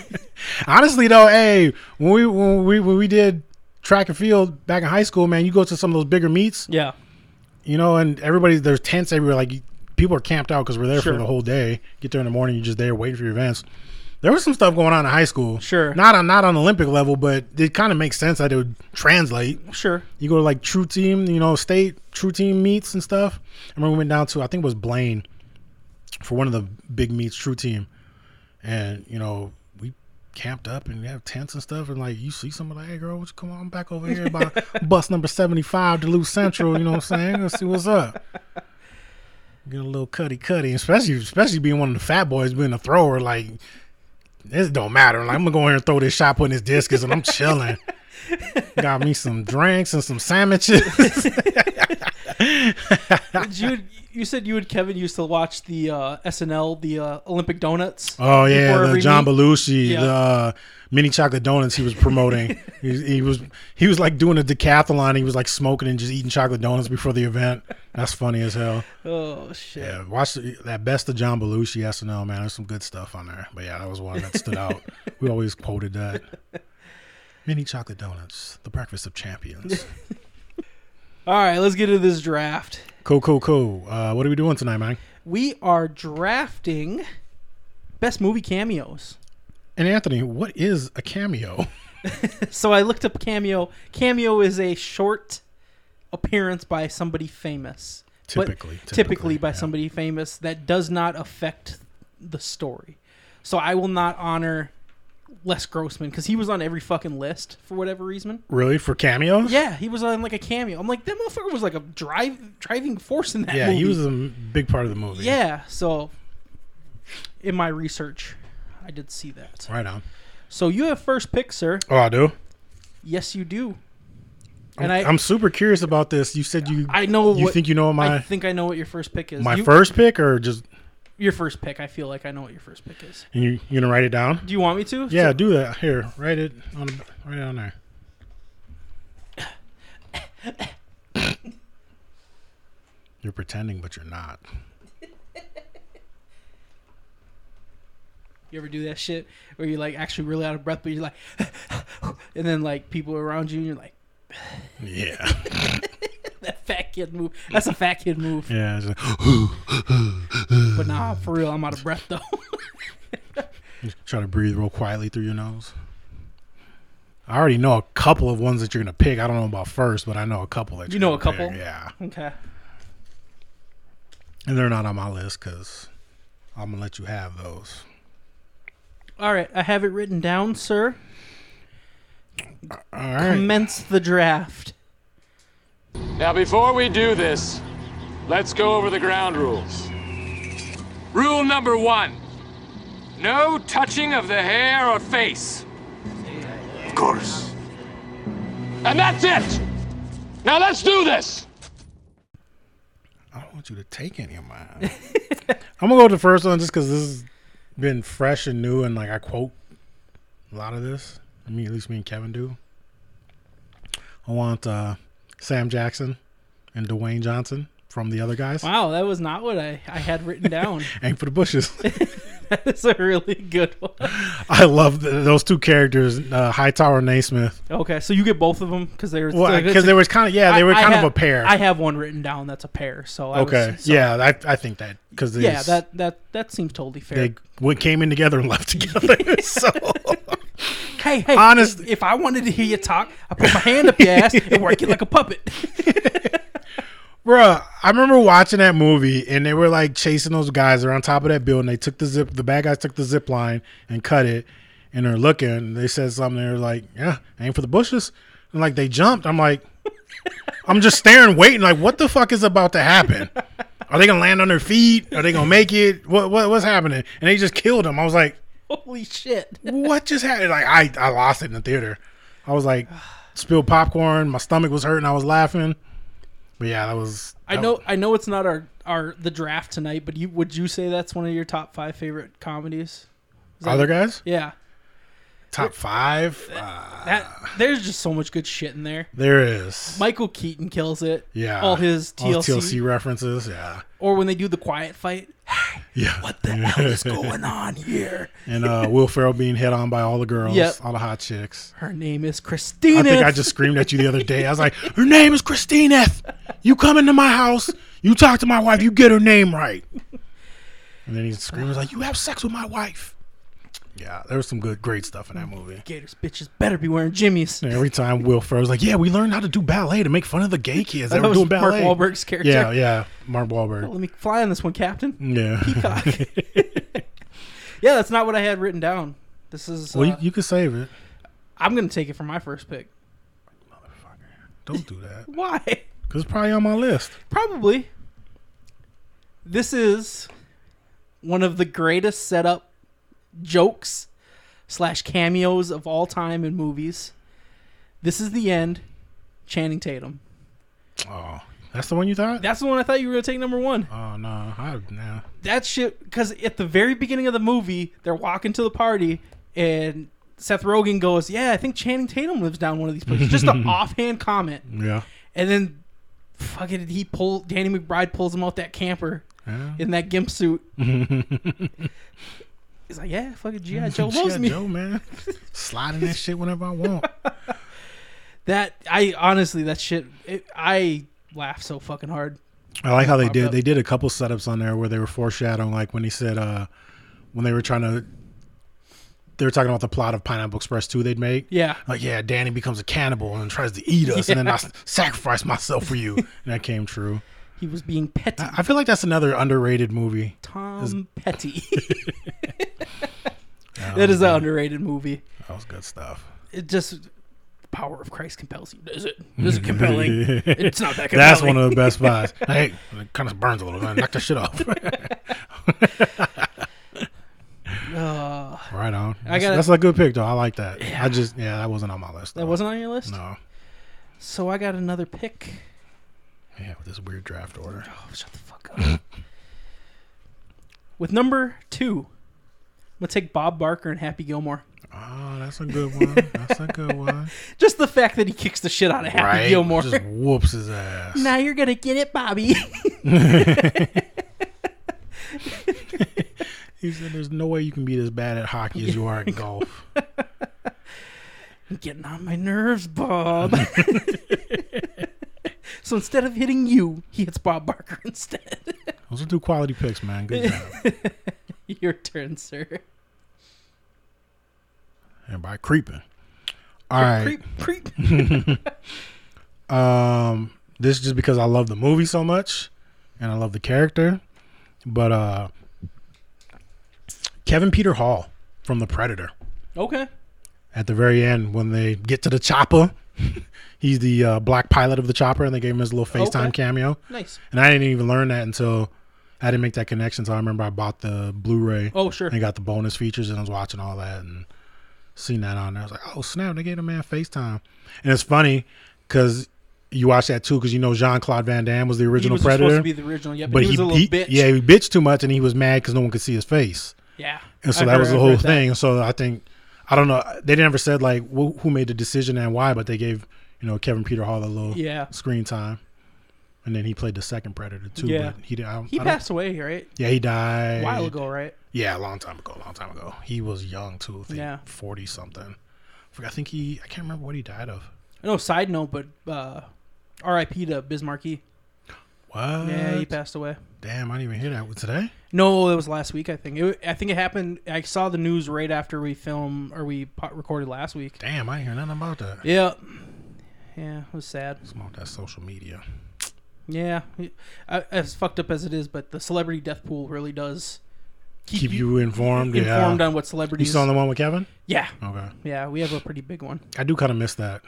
Speaker 7: honestly though hey when we when we when we did track and field back in high school man you go to some of those bigger meets
Speaker 6: Yeah.
Speaker 7: you know, and everybody there's tents everywhere. Like you- people are camped out because we're there
Speaker 6: Sure.
Speaker 7: for the whole day. Get there in the morning, you're just there waiting for your events. There was some stuff going on in high school.
Speaker 6: Sure.
Speaker 7: not on not on Olympic level, but it kind of makes sense that it would translate.
Speaker 6: Sure.
Speaker 7: You go to like true team, you know, state true team meets and stuff. I remember we went down to I think it was Blaine for one of the big meets, true team, and you know we camped up and we have tents and stuff and like you see somebody like, hey girl, what you come on back over here by bus number seventy five Duluth Central, you know what I'm saying? Let's see what's up. Get a little cutty cutty, especially especially being one of the fat boys, being a thrower, like this don't matter. Like I'm gonna go in here and throw this shot put in this discus and I'm chilling. Got me some drinks and some sandwiches.
Speaker 6: Did you, you said you and Kevin used to watch the uh, SNL, the uh, Olympic Donuts.
Speaker 7: Oh yeah,
Speaker 6: before
Speaker 7: the
Speaker 6: every
Speaker 7: John
Speaker 6: meet?
Speaker 7: Belushi,
Speaker 6: Yeah.
Speaker 7: the uh, mini chocolate donuts he was promoting. he, he was he was like doing a decathlon. He was like smoking and just eating chocolate donuts before the event. That's funny as hell.
Speaker 6: Oh, shit.
Speaker 7: Yeah, watch the, that best of John Belushi SNL man. There's some good stuff on there. But yeah, that was one that stood out. We always quoted that. Mini chocolate donuts, the breakfast of champions.
Speaker 6: All right, let's get into this draft.
Speaker 7: Cool, cool, cool. Uh, what are we doing tonight, man?
Speaker 6: We are drafting best movie cameos.
Speaker 7: And Anthony, what is a cameo?
Speaker 6: So I looked up cameo. Cameo is a short appearance by somebody famous. but
Speaker 7: Typically,
Speaker 6: typically,
Speaker 7: typically,
Speaker 6: by
Speaker 7: yeah.
Speaker 6: somebody famous that does not affect the story. So I will not honor Les Grossman because he was on every fucking list for whatever reason.
Speaker 7: Really, for cameos?
Speaker 6: Yeah, he was on like a cameo. I'm like that motherfucker was like a drive driving force in that.
Speaker 7: Yeah, he
Speaker 6: movie.
Speaker 7: was a m- big part of the movie.
Speaker 6: Yeah, so in my research, I did see that.
Speaker 7: Right on.
Speaker 6: So you have first pick, sir.
Speaker 7: Oh, I do.
Speaker 6: Yes, you do.
Speaker 7: I'm,
Speaker 6: And I,
Speaker 7: I'm super curious about this. You said you
Speaker 6: I know.
Speaker 7: you
Speaker 6: what,
Speaker 7: think you know my
Speaker 6: I think I know what your first pick is.
Speaker 7: my
Speaker 6: You-
Speaker 7: first pick or just
Speaker 6: Your first pick. I feel like I know what your first pick is.
Speaker 7: and you you gonna write it down?
Speaker 6: Do you want me to?
Speaker 7: Yeah, do that. Here, write it on write it on there. you're pretending, but you're not.
Speaker 6: You ever do that shit where you're like actually really out of breath, but you're like, and then like people around you, and you're like,
Speaker 7: Yeah,
Speaker 6: that fat kid move. That's a fat kid move.
Speaker 7: yeah. it's like,
Speaker 6: But nah, for real, I'm out of breath though.
Speaker 7: Try to breathe real quietly through your nose. I already know a couple of ones that you're gonna pick. I don't know about first, but I know a couple that
Speaker 6: You
Speaker 7: you're
Speaker 6: know
Speaker 7: gonna
Speaker 6: a couple?
Speaker 7: pick. Yeah.
Speaker 6: okay.
Speaker 7: And they're not on my list because I'm gonna let you have those.
Speaker 6: All right, I have it written down, sir.
Speaker 7: All right.
Speaker 6: Commence the draft.
Speaker 8: Now, before we do this, let's go over the ground rules. Rule number one no touching of the hair or face. Of course. And that's it! Now, let's do this!
Speaker 7: I don't want you to take any of mine. I'm gonna go with the first one just because this has been fresh and new, and like I quote a lot of this. I mean, at least me and Kevin do. I want uh, Sam Jackson and Dwayne Johnson from the other guys.
Speaker 6: Wow, that was not what I, I had written down.
Speaker 7: Aim for the bushes.
Speaker 6: That's a really good one.
Speaker 7: I love th- those two characters, uh, Hightower and Naismith.
Speaker 6: Okay, so you get both of them because they were
Speaker 7: Well,
Speaker 6: like,
Speaker 7: because they was kind of yeah, they were
Speaker 6: I- I
Speaker 7: kind
Speaker 6: have-
Speaker 7: of a pair.
Speaker 6: I have one written down that's a pair. So I
Speaker 7: okay,
Speaker 6: was, so-
Speaker 7: yeah, I, I think that because
Speaker 6: yeah, that that that seems totally fair.
Speaker 7: they went, came in together and left together. so
Speaker 6: hey, hey,
Speaker 7: Honest-
Speaker 6: if I wanted to hear you talk, I put my hand up your ass and work you like a puppet.
Speaker 7: Bruh, I remember watching that movie and they were like chasing those guys. They're on top of that building. They took the zip, the bad guys took the zip line and cut it. And they're looking. And they said something. They're like, yeah, aim for the bushes. And like they jumped. I'm like, I'm just staring, waiting. Like, what the fuck is about to happen? Are they gonna land on their feet? Are they gonna make it? What, what what's happening? And they just killed them. I was like,
Speaker 6: Holy shit!
Speaker 7: what just happened? Like I, I lost it in the theater. I was like, spilled popcorn. My stomach was hurting. I was laughing. But yeah, that was.
Speaker 6: I
Speaker 7: that-
Speaker 6: know, I know, it's not our our the draft tonight, but you would you say that's one of your top five favorite comedies?
Speaker 7: Other guys,
Speaker 6: Yeah,
Speaker 7: top five. Uh,
Speaker 6: that there's just so much good shit in there.
Speaker 7: there is.
Speaker 6: Michael Keaton kills it.
Speaker 7: yeah,
Speaker 6: all his
Speaker 7: All
Speaker 6: TLC,
Speaker 7: TLC references. Yeah,
Speaker 6: or when they do the quiet fight.
Speaker 7: yeah. What the
Speaker 6: What is going on here?
Speaker 7: and uh, Will Ferrell being hit on by all the girls,
Speaker 6: Yep.
Speaker 7: all the hot chicks.
Speaker 6: Her name is
Speaker 7: I
Speaker 6: Christina.
Speaker 7: think I just screamed at you the other day. I was like, "Her name is Christine F. You come into my house, you talk to my wife, you get her name right." And then he screams like, "You have sex with my wife." Yeah, there was some good, great stuff in that movie.
Speaker 6: Gators bitches better be wearing jimmies.
Speaker 7: And every time Will Ferrell's like, "Yeah, we learned how to do ballet to make fun of the gay kids that
Speaker 6: That
Speaker 7: were
Speaker 6: was
Speaker 7: doing
Speaker 6: Mark
Speaker 7: ballet."
Speaker 6: Wahlberg's character.
Speaker 7: Yeah, yeah, Mark Wahlberg.
Speaker 6: Let me fly on this one, Captain.
Speaker 7: Yeah.
Speaker 6: Peacock. yeah, that's not what I had written down. This is.
Speaker 7: well, you,
Speaker 6: uh,
Speaker 7: you could save it.
Speaker 6: I'm gonna take it for my first pick.
Speaker 7: Don't do that
Speaker 6: Why?
Speaker 7: because it's probably on my list.
Speaker 6: Probably. This is one of the greatest setup jokes slash cameos of all time in movies. This is the end. Channing Tatum.
Speaker 7: Oh, that's the one you thought?
Speaker 6: That's the one I thought you were gonna take number one.
Speaker 7: oh no, I, nah.
Speaker 6: that shit because at the very beginning of the movie they're walking to the party and Seth Rogen goes, "Yeah, I think Channing Tatum lives down one of these places." Just an offhand comment,
Speaker 7: Yeah.
Speaker 6: and then fucking he pull Danny McBride pulls him out that camper
Speaker 7: Yeah.
Speaker 6: in that gimp suit. He's like, "Yeah, fucking GI Joe
Speaker 7: G.I.
Speaker 6: loves me."
Speaker 7: Joe, man. Sliding that shit whenever I want.
Speaker 6: That I honestly that shit it, I laugh so fucking hard.
Speaker 7: I like how they
Speaker 6: Popped
Speaker 7: did.
Speaker 6: up.
Speaker 7: They did a couple setups on there where they were foreshadowing, like when he said, uh, when they were trying to, they were talking about the plot of Pineapple Express 2 they'd make.
Speaker 6: Yeah,
Speaker 7: Like, yeah, Danny becomes a cannibal and tries to eat us, and then I s- sacrifice myself for you. and that came true.
Speaker 6: he was being petty.
Speaker 7: I feel like that's another underrated movie.
Speaker 6: Tom Petty.
Speaker 7: Oh,
Speaker 6: that is an underrated movie.
Speaker 7: That was good stuff.
Speaker 6: it just the power of Christ compels you. Is it? Is it compelling? it's not that compelling.
Speaker 7: That's one of the best buys. hey, it kind of burns a little. Man. Knock that shit off.
Speaker 6: Uh,
Speaker 7: right on. That's,
Speaker 6: gotta-
Speaker 7: that's a good pick, though. I like that. I just, yeah, that wasn't on my list.
Speaker 6: that
Speaker 7: though.
Speaker 6: wasn't on your list.
Speaker 7: No.
Speaker 6: So I got another pick.
Speaker 7: Yeah, with this weird draft order.
Speaker 6: Oh, shut the fuck up. With number two, I'm gonna take Bob Barker and Happy Gilmore.
Speaker 7: Oh, that's a good one. That's a good one.
Speaker 6: Just the fact that he kicks the shit out of Happy
Speaker 7: right?
Speaker 6: Gilmore.
Speaker 7: Just whoops his ass.
Speaker 6: now you're gonna get it, Bobby.
Speaker 7: He said, "There's no way you can be as bad at hockey as you are at golf."
Speaker 6: You're getting on my nerves, Bob. so instead of hitting you, he hits Bob Barker instead.
Speaker 7: Those are two quality picks, man. Good job.
Speaker 6: Your turn, sir.
Speaker 7: And by creeping. All right.
Speaker 6: Creep, creep.
Speaker 7: Um, this is just because I love the movie so much, and I love the character. But uh, Kevin Peter Hall from The Predator
Speaker 6: Okay.
Speaker 7: at the very end when they get to the chopper. He's the uh, black pilot of the chopper, and they gave him his little FaceTime
Speaker 6: Okay.
Speaker 7: cameo.
Speaker 6: Nice.
Speaker 7: And I didn't even learn that until I didn't make that connection. So I remember I bought the Blu-ray.
Speaker 6: Oh, sure.
Speaker 7: And got the bonus features, and I was watching all that and seeing that on there. I was like, oh snap! They gave the man FaceTime, and it's funny because you watch that too because you know Jean Claude Van Damme was the
Speaker 6: He
Speaker 7: original
Speaker 6: was
Speaker 7: Predator,
Speaker 6: supposed to be the original. Yeah, but,
Speaker 7: but
Speaker 6: he,
Speaker 7: he,
Speaker 6: was a little
Speaker 7: he-
Speaker 6: bitch.
Speaker 7: yeah he bitched too much, and he was mad because no one could see his face,
Speaker 6: Yeah.
Speaker 7: and so
Speaker 6: I
Speaker 7: that
Speaker 6: heard-
Speaker 7: was
Speaker 6: I
Speaker 7: the whole
Speaker 6: heard that.
Speaker 7: thing. So I think I don't know. They never said like wh- who made the decision and why, but they gave you know Kevin Peter Hall a little
Speaker 6: Yeah.
Speaker 7: screen time. And then he played the second Predator too.
Speaker 6: Yeah.
Speaker 7: but he, did- I don't-
Speaker 6: He
Speaker 7: I don't-
Speaker 6: passed away, right?
Speaker 7: yeah, he
Speaker 6: A
Speaker 7: died
Speaker 6: while ago, right?
Speaker 7: Yeah, a long time ago. A long time ago. He was young too. I think
Speaker 6: Yeah.
Speaker 7: forty something. Forgot- I think he. I can't remember what he died of.
Speaker 6: I know. Side note, but uh, R.I.P. to Biz Markie.
Speaker 7: What?
Speaker 6: Yeah, he passed away.
Speaker 7: Damn, I didn't even hear that today.
Speaker 6: No, it was last week. I think. It, I think it happened. I saw the news right after we filmed or we po- recorded last week.
Speaker 7: Damn, I didn't hear nothing about that.
Speaker 6: Yeah. Yeah, it was sad.
Speaker 7: Smoke that social media.
Speaker 6: Yeah, I, as fucked up as it is, but the celebrity death pool really does keep,
Speaker 7: Keep
Speaker 6: you
Speaker 7: you informed.
Speaker 6: informed
Speaker 7: yeah.
Speaker 6: on what
Speaker 7: you
Speaker 6: celebrities.
Speaker 7: saw the one with Kevin?
Speaker 6: yeah,
Speaker 7: Okay.
Speaker 6: yeah, we have a pretty big one.
Speaker 7: I do kind of miss that.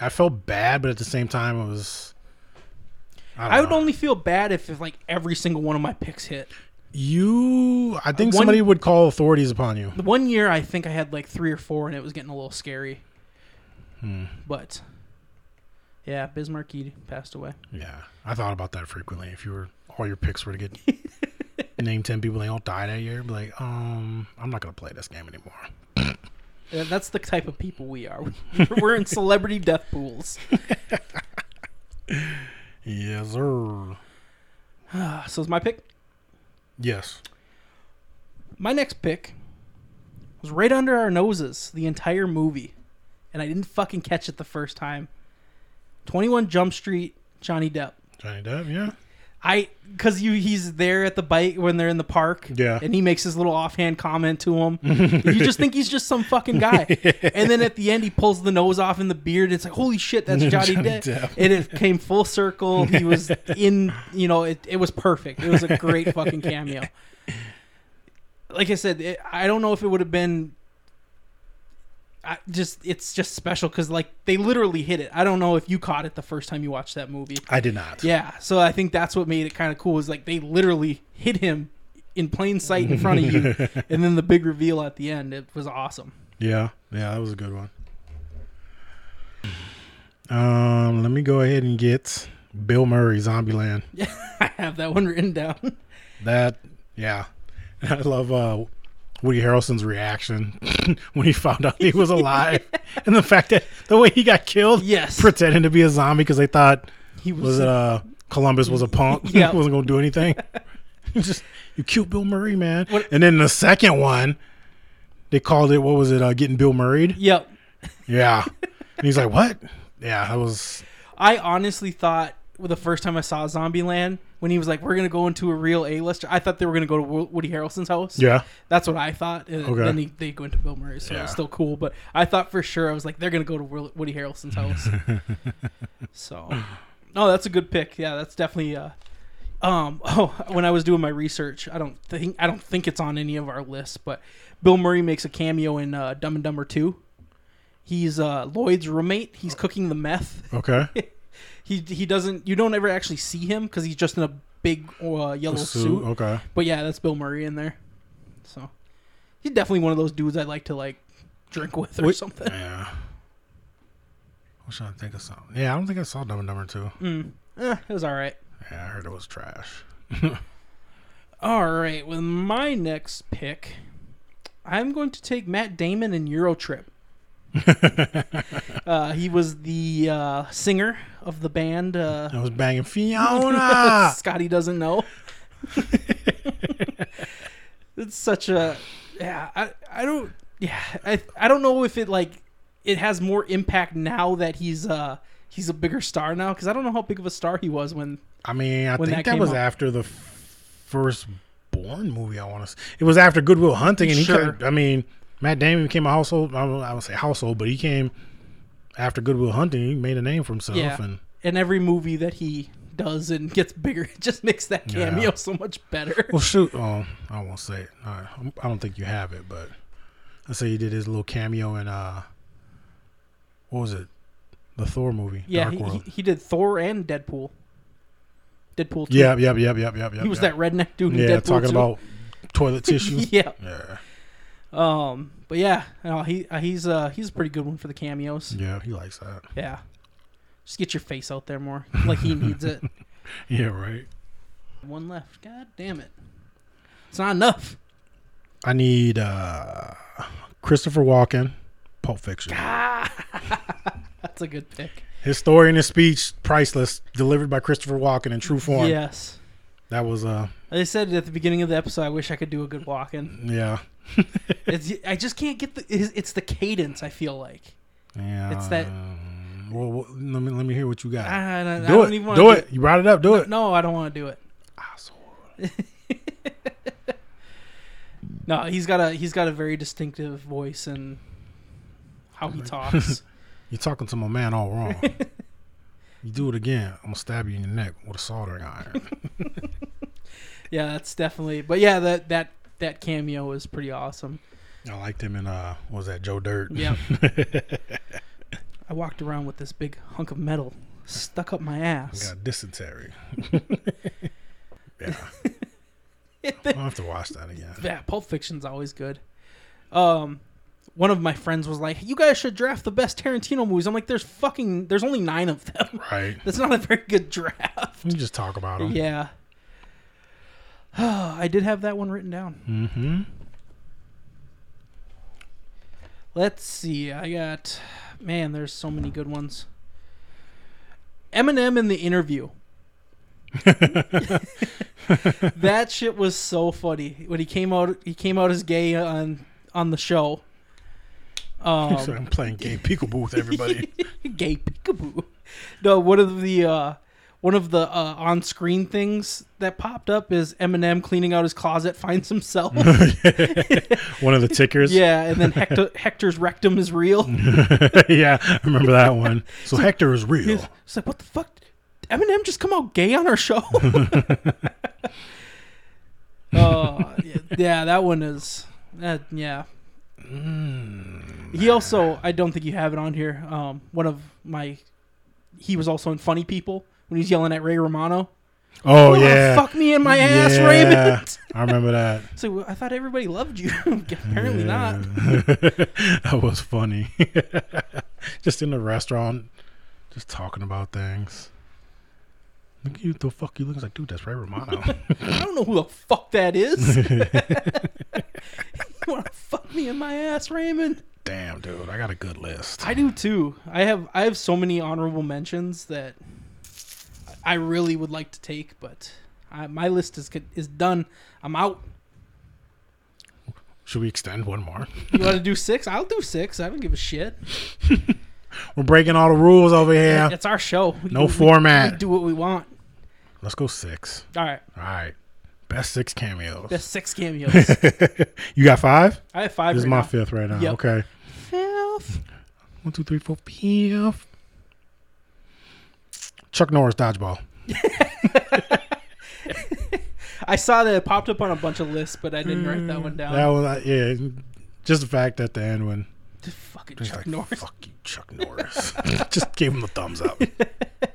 Speaker 7: I felt bad, but at the same time, it was. I,
Speaker 6: I would
Speaker 7: know.
Speaker 6: only feel bad if, if like every single one of my picks hit.
Speaker 7: You, I think
Speaker 6: One-
Speaker 7: somebody would call authorities upon you.
Speaker 6: The one year I think I had like three or four, and it was getting a little scary. But yeah, Bismarcky passed away.
Speaker 7: Yeah, I thought about that frequently. If you were all your picks were to get name ten people, they all die that year. Be like, um, I'm not gonna play this game anymore.
Speaker 6: Uh, That's the type of people we are. We're- We're in celebrity death pools.
Speaker 7: Yes, sir.
Speaker 6: Uh, So it's my pick.
Speaker 7: Yes.
Speaker 6: My next pick was right under our noses the entire movie, and I didn't fucking catch it the first time. Twenty One Jump Street, Johnny Depp.
Speaker 7: Johnny Depp. Yeah.
Speaker 6: I because you he's there at the bike when they're in the park,
Speaker 7: Yeah.
Speaker 6: and he makes his little offhand comment to him. you just think he's just some fucking guy, and then at the end he pulls the nose off and the beard. It's like holy shit, that's Johnny,
Speaker 7: Johnny
Speaker 6: Depp.
Speaker 7: Depp.
Speaker 6: And it came full circle. He was in, you know, it, it was perfect. It was a great fucking cameo. Like I said, it, I don't know if it would have been. I just it's just special because like they literally hit it. I don't know if you caught it the first time you watched that movie.
Speaker 7: I did not.
Speaker 6: Yeah, so I think that's what made it kind of cool is like they literally hit him in plain sight in front of you, and then the big reveal at the end. It was awesome.
Speaker 7: Yeah. Yeah. That was a good one. Um, let me go ahead and get Bill Murray, Zombieland.
Speaker 6: I have that one written down.
Speaker 7: That. Yeah. I love uh, Woody Harrelson's reaction when he found out he was alive, and the fact that the way he got killed.
Speaker 6: Yes,
Speaker 7: pretending to be a zombie because they thought
Speaker 6: he was.
Speaker 7: was it uh Columbus was a punk.
Speaker 6: Yeah.
Speaker 7: wasn't gonna do anything. Just you killed Bill Murray, man.
Speaker 6: What-
Speaker 7: And then the second one, they called it what was it? Uh, getting Bill Murrayed.
Speaker 6: yep.
Speaker 7: Yeah. and he's like, what? Yeah, that was.
Speaker 6: I honestly thought well, the first time I saw Zombieland when he was like, "We're gonna go into a real A-lister," I thought they were gonna go to Wo- Woody Harrelson's house.
Speaker 7: Yeah.
Speaker 6: That's what I thought. And
Speaker 7: Okay.
Speaker 6: Then he, they go into Bill Murray, so it
Speaker 7: Yeah.
Speaker 6: was still cool. But I thought for sure I was like, they're gonna go to Will- Woody Harrelson's house. so, no, that's a good pick. Yeah, that's definitely. Uh, um, oh, when I was doing my research, I don't think I don't think it's on any of our lists, but Bill Murray makes a cameo in uh, Dumb and Dumber Two. He's uh, Lloyd's roommate. He's cooking the meth.
Speaker 7: Okay.
Speaker 6: He he doesn't. You don't ever actually see him because he's just in a big uh, yellow
Speaker 7: Suit,
Speaker 6: suit.
Speaker 7: Okay.
Speaker 6: But yeah, that's Bill Murray in there. So he's definitely one of those dudes I'd like to like drink with or
Speaker 7: Wait.
Speaker 6: something.
Speaker 7: Yeah. I'm trying to think of something. Yeah, I don't think I saw Dumb and Dumber 2.
Speaker 6: Eh, it was all right.
Speaker 7: Yeah, I heard it was trash.
Speaker 6: All right. With my next pick, I'm going to take Matt Damon in Eurotrip. uh, he was the uh, singer of the band. Uh,
Speaker 7: I was banging Fiona.
Speaker 6: Scotty doesn't know. it's such a yeah. I I don't yeah. I I don't know if it like it has more impact now that he's uh he's a bigger star now because I don't know how big of a star he was when
Speaker 7: I mean, I
Speaker 6: when
Speaker 7: think
Speaker 6: that
Speaker 7: that,
Speaker 6: came
Speaker 7: was
Speaker 6: out.
Speaker 7: after the f- first Born movie. I want to. It was after Goodwill Hunting, and he.
Speaker 6: Sure.
Speaker 7: Kind I mean, Matt Damon became a household. I don't- I would say household, but he came after Goodwill Hunting. He made a name for himself,
Speaker 6: yeah
Speaker 7: and
Speaker 6: in every movie that he does and gets bigger. It just makes that
Speaker 7: Yeah.
Speaker 6: cameo so much better.
Speaker 7: Well, shoot. Oh, I won't say it. All right. I'm- I don't think you have it, but I say he did his little cameo in uh, what was it? The Thor movie.
Speaker 6: Yeah,
Speaker 7: Dark
Speaker 6: he, he,
Speaker 7: World.
Speaker 6: he did Thor and Deadpool. Deadpool. 2.
Speaker 7: yep, yep, yep, yep, yep, yep.
Speaker 6: he was
Speaker 7: yep.
Speaker 6: that redneck dude. in
Speaker 7: Yeah,
Speaker 6: Deadpool
Speaker 7: talking
Speaker 6: 2.
Speaker 7: about toilet tissue.
Speaker 6: Yeah.
Speaker 7: yeah,
Speaker 6: Um, but yeah, no, he uh, he's uh he's a pretty good one for the cameos.
Speaker 7: yeah. He likes that.
Speaker 6: Yeah, just get your face out there more, like he needs it.
Speaker 7: Yeah, right.
Speaker 6: One left. God damn it, it's not enough.
Speaker 7: I need uh Christopher Walken, Pulp Fiction.
Speaker 6: That's a good pick.
Speaker 7: His story and his speech, priceless, delivered by Christopher Walken in true form.
Speaker 6: Yes,
Speaker 7: That was uh,
Speaker 6: I said it at the beginning of the episode. I wish I could do a good walk-in.
Speaker 7: yeah,
Speaker 6: It's, I just can't get the. It's, it's the cadence. I feel like.
Speaker 7: yeah.
Speaker 6: It's that-
Speaker 7: Well, well, let me let me hear what you got.
Speaker 6: I, I don't-
Speaker 7: Uh, do
Speaker 6: I don't
Speaker 7: it.
Speaker 6: even
Speaker 7: do,
Speaker 6: wanna
Speaker 7: it. You brought it up. Do it.
Speaker 6: No, I don't want to do it. No, he's got a he's got a very distinctive voice and how he talks.
Speaker 7: You're talking to my man all wrong. you do it again, I'm gonna stab you in the neck with a soldering iron.
Speaker 6: yeah, that's definitely. But yeah, that that that cameo is pretty awesome.
Speaker 7: I liked him in uh, what was that Joe Dirt?
Speaker 6: Yeah. I walked around with this big hunk of metal stuck up my ass.
Speaker 7: Got dysentery. yeah. I'll have to watch that again.
Speaker 6: Yeah, Pulp Fiction's always good. Um, one of my friends was like, "You guys should draft the best Tarantino movies." I'm like, "There's fucking there's only nine of them.
Speaker 7: Right.
Speaker 6: That's not a very good draft."
Speaker 7: We just talk about them.
Speaker 6: Yeah. I did have that one written down. Mm-hmm. Let's see. I got, man, there's so many good ones. Eminem in the interview. that shit was so funny when he came out. He came out as gay on on the show. Um,
Speaker 7: So I'm playing gay peekaboo with everybody.
Speaker 6: gay peekaboo. No, one of the uh, one of the uh, on-screen things that popped up is Eminem cleaning out his closet, finds himself.
Speaker 7: One of the tickers.
Speaker 6: yeah, and then Hector, Hector's rectum is real.
Speaker 7: yeah. I remember that one. So Hector is real.
Speaker 6: It's like, what the fuck? Did Eminem just come out gay on our show? Oh yeah, yeah, that one is. That, yeah. He also, I don't think you have it on here. Um, one of my, he was also in Funny People when he's yelling at Ray Romano.
Speaker 7: Oh
Speaker 6: "Wanna
Speaker 7: yeah.
Speaker 6: fuck me in my ass,
Speaker 7: Yeah.
Speaker 6: Raymond.
Speaker 7: I remember that.
Speaker 6: So well, I thought everybody loved you. Apparently not.
Speaker 7: that was funny. just in the restaurant, just talking about things. Look at you, the fuck you look like, dude. That's Ray Romano.
Speaker 6: I don't know who the fuck that is. you want to fuck me in my ass, Raymond?
Speaker 7: Damn, dude, I got a good list.
Speaker 6: I do too. I have I have so many honorable mentions that I really would like to take, but I, my list is co- is done. I'm out.
Speaker 7: Should we extend one more?
Speaker 6: You want to do six? I'll do six. I don't give a shit.
Speaker 7: We're breaking all the rules over here.
Speaker 6: It's our show. We
Speaker 7: No
Speaker 6: do- we-
Speaker 7: format.
Speaker 6: We do what we want.
Speaker 7: Let's go six.
Speaker 6: All right.
Speaker 7: All right, best six cameos.
Speaker 6: That's six cameos.
Speaker 7: You got five.
Speaker 6: I have five.
Speaker 7: This is
Speaker 6: right
Speaker 7: my
Speaker 6: now.
Speaker 7: fifth right now.
Speaker 6: Yep.
Speaker 7: Okay,
Speaker 6: Fifth.
Speaker 7: one, two, three, four, fifth. Chuck Norris dodgeball.
Speaker 6: I saw that it popped up on a bunch of lists, but I didn't write that one down.
Speaker 7: That was uh, yeah. Just the fact that the end when
Speaker 6: Just fucking
Speaker 7: He's
Speaker 6: Chuck
Speaker 7: like,
Speaker 6: Norris.
Speaker 7: Fuck you, Chuck Norris. just gave him the thumbs up. that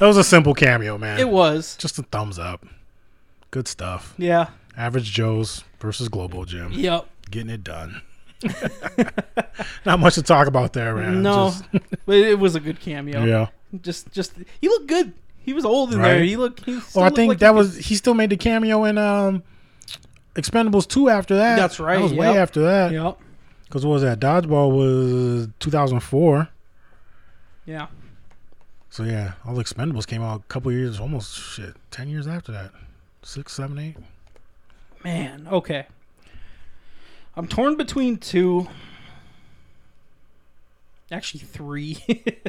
Speaker 7: was a simple cameo, man.
Speaker 6: It was.
Speaker 7: Just a thumbs up. Good stuff.
Speaker 6: Yeah.
Speaker 7: Average Joe's versus Global Jim.
Speaker 6: Yep.
Speaker 7: Getting it done. Not much to talk about there, man.
Speaker 6: No,
Speaker 7: Just-
Speaker 6: but it was a good cameo.
Speaker 7: yeah.
Speaker 6: Just, just he looked good. He was old in
Speaker 7: Right.
Speaker 6: there. He looked. He still
Speaker 7: Well, I
Speaker 6: looked
Speaker 7: think
Speaker 6: like he
Speaker 7: that
Speaker 6: could-
Speaker 7: was he still made the cameo in um Expendables 2 after that.
Speaker 6: That's right,
Speaker 7: That was way
Speaker 6: yep.
Speaker 7: after that.
Speaker 6: Yep.
Speaker 7: Because what was that? Dodgeball was 2004.
Speaker 6: Yeah.
Speaker 7: So yeah, all the Expendables came out a couple years, almost shit, ten years after that, six, seven, eight.
Speaker 6: Man. Okay. I'm torn between two. Actually, three.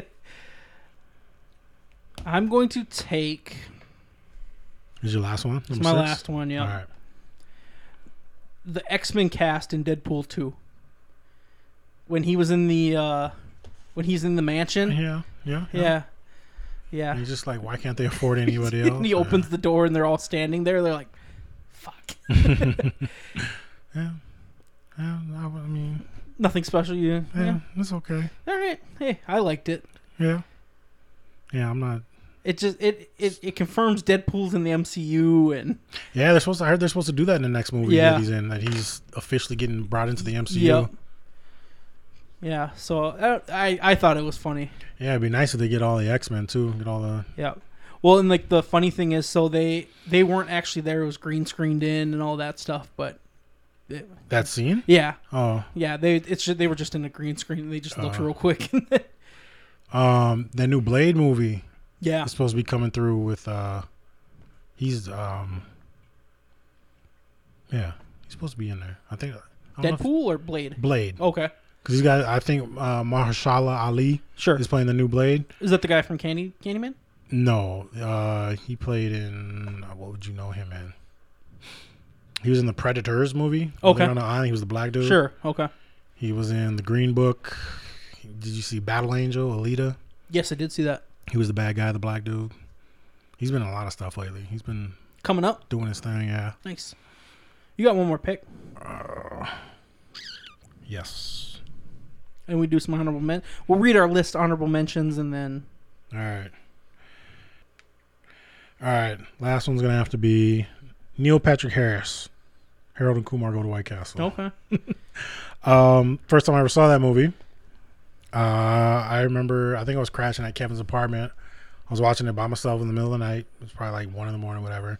Speaker 6: I'm going to take
Speaker 7: Is your last one?
Speaker 6: my last one. Yeah.
Speaker 7: All right,
Speaker 6: the X Men cast in Deadpool two. When he was in the uh when he's in the mansion.
Speaker 7: yeah, yeah,
Speaker 6: Yeah. Yeah.
Speaker 7: And he's just like, why can't they afford anybody else?
Speaker 6: and he opens the door and they're all standing there. They're like, fuck.
Speaker 7: Yeah. Yeah, I, I mean,
Speaker 6: Nothing special. You,
Speaker 7: yeah,
Speaker 6: yeah.
Speaker 7: it's okay.
Speaker 6: All right. Hey, I liked it.
Speaker 7: Yeah. Yeah, I'm not.
Speaker 6: It just it, it it confirms Deadpool's in the MCU and
Speaker 7: Yeah, they're supposed. To, I heard they're supposed to do that in the next movie
Speaker 6: Yeah.
Speaker 7: that he's in. That he's officially getting brought into the MCU.
Speaker 6: Yep. yeah. So uh, I I thought it was funny.
Speaker 7: Yeah, it'd be nice if they get all the X Men too. Get all the
Speaker 6: Yeah. Well, and like the funny thing is, so they they weren't actually there. It was green screened in and all that stuff. But
Speaker 7: that scene.
Speaker 6: yeah,
Speaker 7: Oh,
Speaker 6: yeah. They it's ju- they were just in a green screen. and They just looked
Speaker 7: Uh.
Speaker 6: real quick.
Speaker 7: um, the new Blade movie
Speaker 6: yeah.
Speaker 7: is supposed to be coming through with. uh He's um. Yeah, he's supposed to be in there. I think. I don't know if-
Speaker 6: Deadpool or Blade.
Speaker 7: Blade.
Speaker 6: Okay.
Speaker 7: Because he's got, I think, uh, Mahershala Ali
Speaker 6: Sure.
Speaker 7: is playing the new Blade.
Speaker 6: Is that the guy from Candy Candyman?
Speaker 7: No, uh, he played in uh, what would you know him in? He was in the Predators movie. when they
Speaker 6: Okay.
Speaker 7: were on the island. He was the black dude.
Speaker 6: Sure. Okay.
Speaker 7: He was in the Green Book. Did you see Battle Angel? Alita.
Speaker 6: Yes, I did see that
Speaker 7: He was the bad guy, the black dude. He's been in a lot of stuff lately. He's been
Speaker 6: coming up.
Speaker 7: doing his thing. Yeah.
Speaker 6: Nice. You got one more pick,
Speaker 7: Yes.
Speaker 6: and we do some honorable men. We'll read our list honorable mentions, and then
Speaker 7: All right. All right. Last one's gonna have to be Neil Patrick Harris. Harold and Kumar go to White Castle.
Speaker 6: okay.
Speaker 7: Um, first time I ever saw that movie, uh, I remember I think I was crashing at Kevin's apartment. I was watching it by myself in the middle of the night. It was probably like one in the morning, whatever.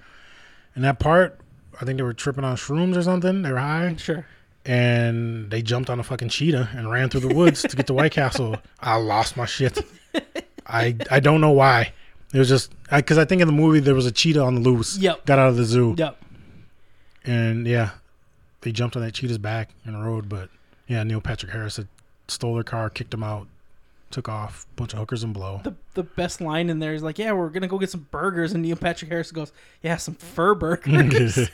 Speaker 7: And that part, I think they were tripping on shrooms or something. They were high,
Speaker 6: Sure.
Speaker 7: and they jumped on a fucking cheetah and ran through the woods to get to White Castle. I lost my shit. I I don't know why. It was just because I, think in the movie there was a cheetah on the loose.
Speaker 6: Yep.
Speaker 7: Got out of the zoo.
Speaker 6: Yep.
Speaker 7: And yeah, they jumped on that cheetah's back and rode. But yeah, Neil Patrick Harris had stole their car, kicked them out, took off, bunch of hookers and blow.
Speaker 6: The the best line in there is like, "Yeah, we're gonna go get some burgers," and Neil Patrick Harris goes, "Yeah, some fur burgers."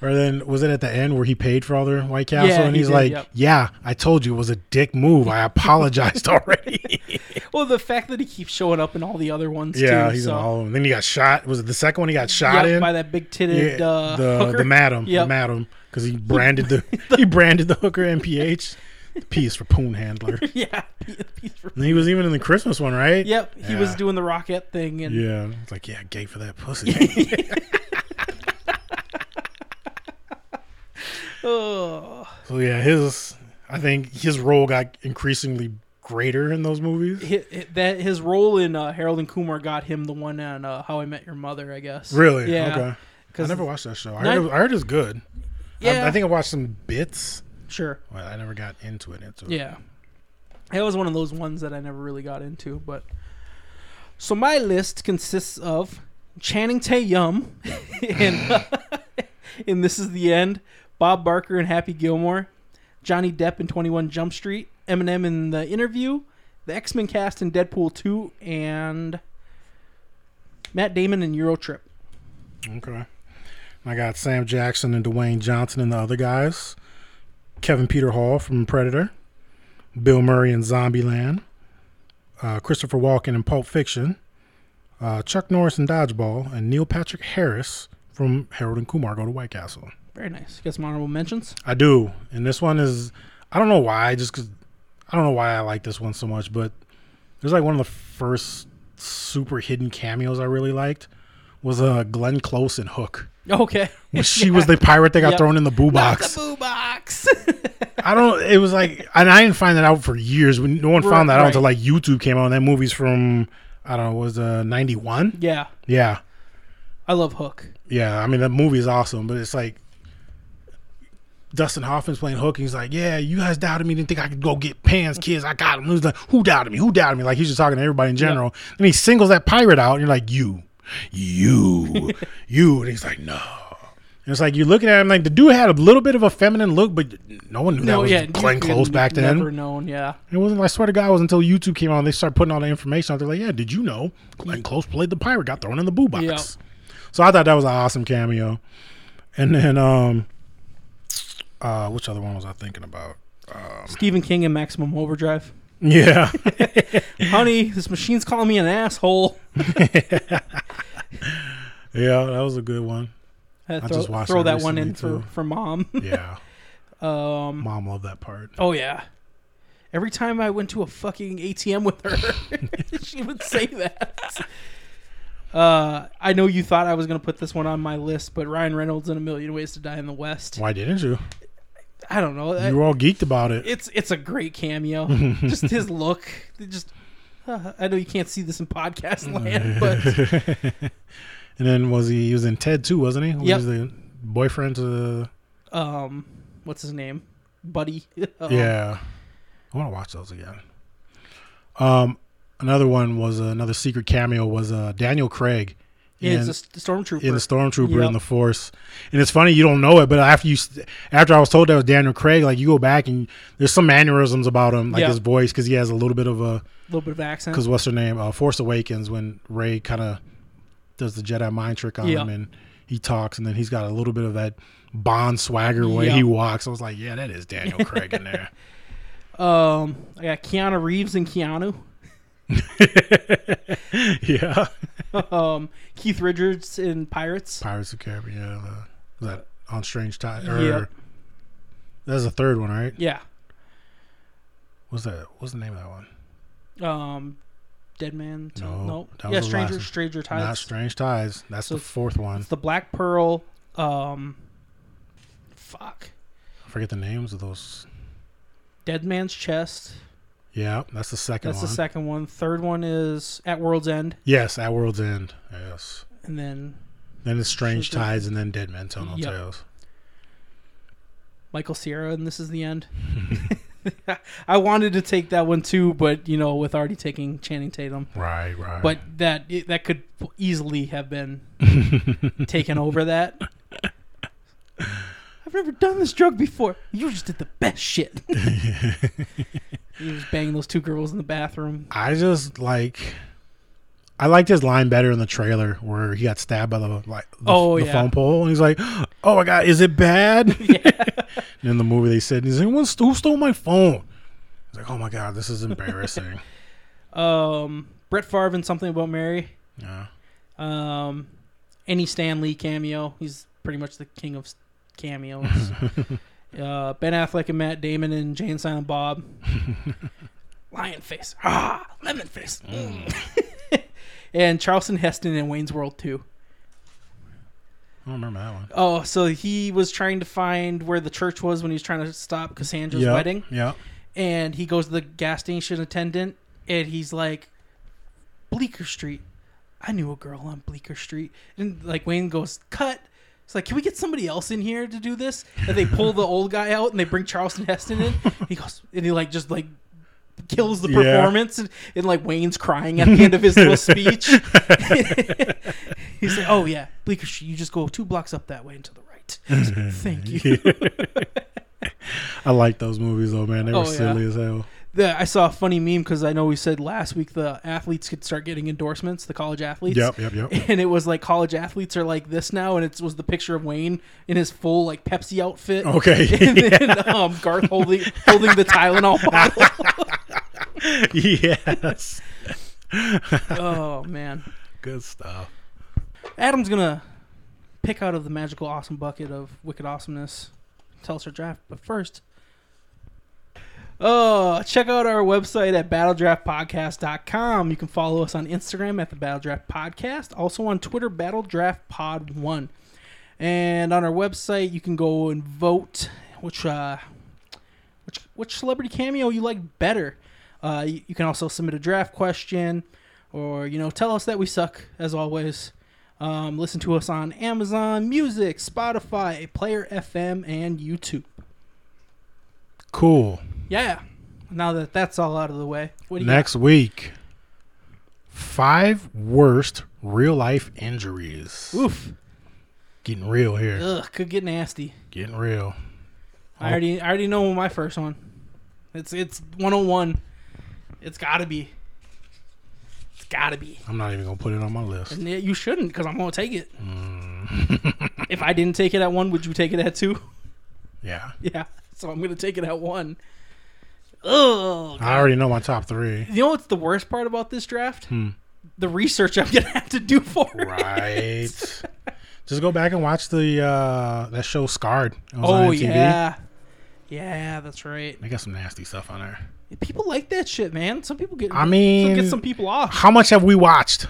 Speaker 7: or then was it at the end where he paid for all their White Castle?
Speaker 6: Yeah,
Speaker 7: and
Speaker 6: he
Speaker 7: he's
Speaker 6: did,
Speaker 7: like,
Speaker 6: yep.
Speaker 7: "Yeah, I told you it was a dick move. I apologized already."
Speaker 6: well, the fact that he keeps showing up in all the other ones,
Speaker 7: yeah,
Speaker 6: too,
Speaker 7: he's
Speaker 6: so.
Speaker 7: in all of them. Then he got shot. Was it the second one he got shot
Speaker 6: Yep,
Speaker 7: in?
Speaker 6: by that big titted
Speaker 7: yeah,
Speaker 6: uh,
Speaker 7: the
Speaker 6: hooker.
Speaker 7: the madam, the
Speaker 6: Yep.
Speaker 7: madam, because he branded the he branded the hooker MPH. The P is for poon handler.
Speaker 6: yeah, he- he's from-
Speaker 7: And he was even in the Christmas one, right?
Speaker 6: yep. He was
Speaker 7: Yeah.
Speaker 6: doing the rocket thing, and
Speaker 7: Yeah. It's like, yeah, gay for that pussy.
Speaker 6: Ugh.
Speaker 7: so yeah, his I think his role got increasingly greater in those movies.
Speaker 6: hi hi- that his role in uh, Harold and Kumar got him the one on uh, How I Met Your Mother, I guess.
Speaker 7: Really?
Speaker 6: Yeah.
Speaker 7: Okay.
Speaker 6: 'Cause-
Speaker 7: I never watched that show. I
Speaker 6: Nine-
Speaker 7: heard, it was, I heard it's good.
Speaker 6: Yeah,
Speaker 7: I, I think I watched some bits,
Speaker 6: sure.
Speaker 7: but I never got into it. Into it.
Speaker 6: Yeah. It was one of those ones that I never really got into, but so my list consists of Channing Tatum and and this is the end, Bob Barker and Happy Gilmore, Johnny Depp in 21 Jump Street, Eminem in The Interview, the X-Men cast in Deadpool 2 and Matt Damon in Eurotrip.
Speaker 7: Okay. I got Sam Jackson and Dwayne Johnson and the other guys. Kevin Peter Hall from Predator. Bill Murray in Zombieland. Uh, Christopher Walken in Pulp Fiction. Uh, Chuck Norris in Dodgeball. And Neil Patrick Harris from Harold and Kumar Go to White Castle.
Speaker 6: Very nice. Got some honorable mentions.
Speaker 7: I do. And this one is, I don't know why, just 'cause- I don't know why I like this one so much, but there's like one of the first super hidden cameos I really liked was uh, Glenn Close in Hook.
Speaker 6: Okay.
Speaker 7: when she was the pirate that got
Speaker 6: Yep.
Speaker 7: thrown in the boo
Speaker 6: The
Speaker 7: box.
Speaker 6: boo box.
Speaker 7: I don't. It was like, and I didn't find that out for years. When no one found that out
Speaker 6: Right.
Speaker 7: until like YouTube came out. And that movie's from I don't know, was uh ninety one?
Speaker 6: yeah.
Speaker 7: Yeah,
Speaker 6: I love Hook.
Speaker 7: yeah. I mean, that movie is awesome, but it's like Dustin Hoffman's playing Hook. And he's like, yeah, you guys doubted me, didn't think I could go get pans, kids. I got him. He's like, who doubted me? Who doubted me? Like he's just talking to everybody in general. And he singles that pirate out, and you're like, you, you, you, and he's like, no. And it's like you're looking at him like the dude had a little bit of a feminine look, but no one knew that was Glenn
Speaker 6: you
Speaker 7: Close
Speaker 6: could
Speaker 7: back then.
Speaker 6: Never known, yeah.
Speaker 7: It wasn't. I swear to God, it was until YouTube came out and they started putting all the information out there. Like, yeah, did you know Glenn Close played the pirate, got thrown in the boo box?
Speaker 6: Yeah.
Speaker 7: So I thought that was an awesome cameo. And then, um, uh, which other one was I thinking about?
Speaker 6: Stephen King and Maximum Overdrive.
Speaker 7: Yeah.
Speaker 6: Honey, this machine's calling me an asshole.
Speaker 7: yeah, that was a good one.
Speaker 6: I throw,
Speaker 7: just watched
Speaker 6: throw
Speaker 7: that
Speaker 6: that one in
Speaker 7: recently,
Speaker 6: for,
Speaker 7: too.
Speaker 6: for mom.
Speaker 7: Yeah.
Speaker 6: Um,
Speaker 7: Mom loved that part.
Speaker 6: oh yeah. Every time I went to a fucking ATM with her, she would say that. Uh, I know you thought I was gonna put this one on my list, but Ryan Reynolds in A Million Ways to Die in the West.
Speaker 7: Why didn't you?
Speaker 6: I don't know.
Speaker 7: You were all geeked about it.
Speaker 6: it's it's a great cameo. just his look. It Just uh, I know you can't see this in podcast land, but
Speaker 7: and then was he? He was in Ted too, wasn't he? He
Speaker 6: Yep.
Speaker 7: was the boyfriend to.
Speaker 6: um, what's his name? Buddy. Um,
Speaker 7: yeah. I want to watch those again. Um, another one was uh, another secret cameo was uh Daniel Craig.
Speaker 6: He's
Speaker 7: in-
Speaker 6: a s- stormtrooper.
Speaker 7: in the stormtrooper
Speaker 6: Yep.
Speaker 7: in the force and it's funny you don't know it but after you after i was told that was daniel craig like you go back and there's some mannerisms about him like
Speaker 6: Yeah.
Speaker 7: his voice because he has a little bit of a
Speaker 6: little bit of accent.
Speaker 7: because what's her name uh, force awakens when ray kind of does the jedi mind trick on
Speaker 6: Yeah.
Speaker 7: him and he talks and then he's got a little bit of that bond swagger way
Speaker 6: Yeah.
Speaker 7: he walks i was like yeah that is daniel craig in there
Speaker 6: Um, I got Keanu Reeves and Keanu.
Speaker 7: yeah
Speaker 6: Um, Keith Richards in Pirates.
Speaker 7: pirates of the caribbean yeah, uh, was that on strange tide or
Speaker 6: Yeah.
Speaker 7: that's the third one right
Speaker 6: Yeah.
Speaker 7: what's that what's the name of that one
Speaker 6: Um, Dead Man. Tell-
Speaker 7: No,
Speaker 6: no.
Speaker 7: that was
Speaker 6: Yeah,
Speaker 7: the last
Speaker 6: Stranger
Speaker 7: one.
Speaker 6: Stranger
Speaker 7: Not
Speaker 6: Tides.
Speaker 7: Strange Ties. That's
Speaker 6: So
Speaker 7: the fourth one.
Speaker 6: It's the Black Pearl. Um, fuck.
Speaker 7: I forget the names of those.
Speaker 6: Dead Man's Chest.
Speaker 7: Yeah, that's the second
Speaker 6: That's
Speaker 7: one.
Speaker 6: the second one. Third one is At World's End,
Speaker 7: yes, At World's End. Yes.
Speaker 6: and then
Speaker 7: Then it's Strange
Speaker 6: Should be-
Speaker 7: Tides and then Dead Men Tell No
Speaker 6: Yep.
Speaker 7: Tales.
Speaker 6: Michael Sierra, and this is the end. I wanted to take that one too, but you know, with already taking Channing Tatum,
Speaker 7: Right, right.
Speaker 6: but that it, that could easily have been taken over that. I've never done this drug before. You just did the best shit. you just banging those two girls in the bathroom.
Speaker 7: I just like I liked his line better in the trailer where he got stabbed by the like the,
Speaker 6: Oh,
Speaker 7: the
Speaker 6: yeah.
Speaker 7: phone pole and he's like, Oh my god, is it bad? and in the movie they said, Is anyone st- who stole my phone? He's like, Oh my god, this is embarrassing.
Speaker 6: Um, Brett Favre and something about Mary.
Speaker 7: yeah.
Speaker 6: Um, any Stan Lee cameo. He's pretty much the king of s- cameos. uh, ben Affleck and Matt Damon and Jane Silent Bob. Lion Face. Ah, Lemon Face. and Charleston Heston in Wayne's World 2.
Speaker 7: I don't remember that one.
Speaker 6: Oh, so he was trying to find where the church was when he was trying to stop Cassandra's
Speaker 7: Yep,
Speaker 6: wedding
Speaker 7: Yep.
Speaker 6: and he goes to the gas station attendant and he's like bleecker street i knew a girl on bleecker street and like wayne goes cut it's like can we get somebody else in here to do this and they pull the old guy out and they bring charleston heston in he goes and he like just like kills the
Speaker 7: Yeah.
Speaker 6: performance and, and like wayne's crying at the end of his little speech he's like oh yeah bleecker street you just go two blocks up that way and to the right thank you
Speaker 7: I like those movies though, man. They were
Speaker 6: Oh, yeah.
Speaker 7: silly as hell.
Speaker 6: The, I saw a funny meme because I know we said last week the athletes could start getting endorsements, the college athletes.
Speaker 7: Yep, yep, yep.
Speaker 6: And it was like college athletes are like this now, and it was the picture of Wayne in his full like Pepsi outfit.
Speaker 7: Okay.
Speaker 6: And then um, Garth holding holding the Tylenol bottle.
Speaker 7: yes.
Speaker 6: Oh man,
Speaker 7: Good stuff.
Speaker 6: Adam's gonna pick out of the magical awesome bucket of wicked awesomeness. Tell us our draft, but first, uh, check out our website at battledraftpodcast.com. You can follow us on Instagram at the Battle Draft Podcast, also on Twitter, Battle Draft Pod One, and on our website you can go and vote which uh, which which celebrity cameo you like better. Uh, you, you can also submit a draft question, or you know, tell us that we suck as always. Um, listen to us on Amazon Music, Spotify, Player FM, and YouTube.
Speaker 7: Cool.
Speaker 6: Yeah. Now that that's all out of the way, what do you
Speaker 7: Next week, five worst real life injuries.
Speaker 6: got? Oof.
Speaker 7: Getting real here.
Speaker 6: Ugh. Could get nasty.
Speaker 7: Getting real.
Speaker 6: I already, I already know my first one. It's it's 101. It's gotta be. It's gotta be.
Speaker 7: I'm not even gonna put it on my list.
Speaker 6: And yeah, you shouldn't, because I'm gonna take it. if I didn't take it at one, would you take it at two?
Speaker 7: Yeah.
Speaker 6: Yeah. So I'm gonna take it at one. Ugh.
Speaker 7: I already know my top three.
Speaker 6: You know what's the worst part about this draft?
Speaker 7: Hmm.
Speaker 6: The research I'm gonna have to do for it.
Speaker 7: Right. Just go back and watch the uh that show Scarred. It was
Speaker 6: Oh
Speaker 7: on MTV.
Speaker 6: yeah, yeah, that's right.
Speaker 7: They got some nasty stuff on there.
Speaker 6: People like that shit, man. Some people get.
Speaker 7: I mean-
Speaker 6: some get some people off.
Speaker 7: How much have we watched?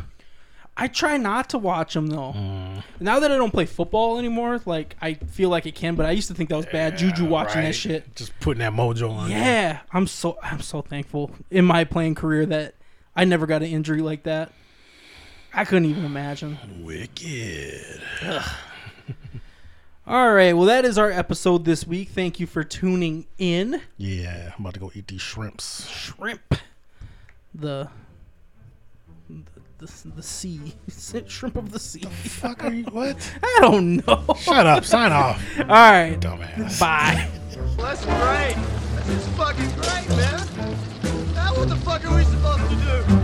Speaker 6: I try not to watch them though.
Speaker 7: Mm.
Speaker 6: Now that I don't play football anymore, like I feel like it can, but I used to think that was bad juju watching
Speaker 7: Right.
Speaker 6: that shit.
Speaker 7: Just putting that mojo on. there.
Speaker 6: Yeah, I'm so I'm so thankful in my playing career that I never got an injury like that. I couldn't even imagine.
Speaker 7: Wicked.
Speaker 6: All right, well that is our episode this week. Thank you for tuning in.
Speaker 7: Yeah, I'm about to go eat these shrimps.
Speaker 6: Shrimp, the the the, the sea shrimp of the sea.
Speaker 7: Fuck are you? What?
Speaker 6: I don't know. All
Speaker 7: Shut up. Sign off.
Speaker 6: right,
Speaker 7: Dumbass.
Speaker 6: bye.
Speaker 9: That's great. This is fucking great, man. Now what the fuck are we supposed to do?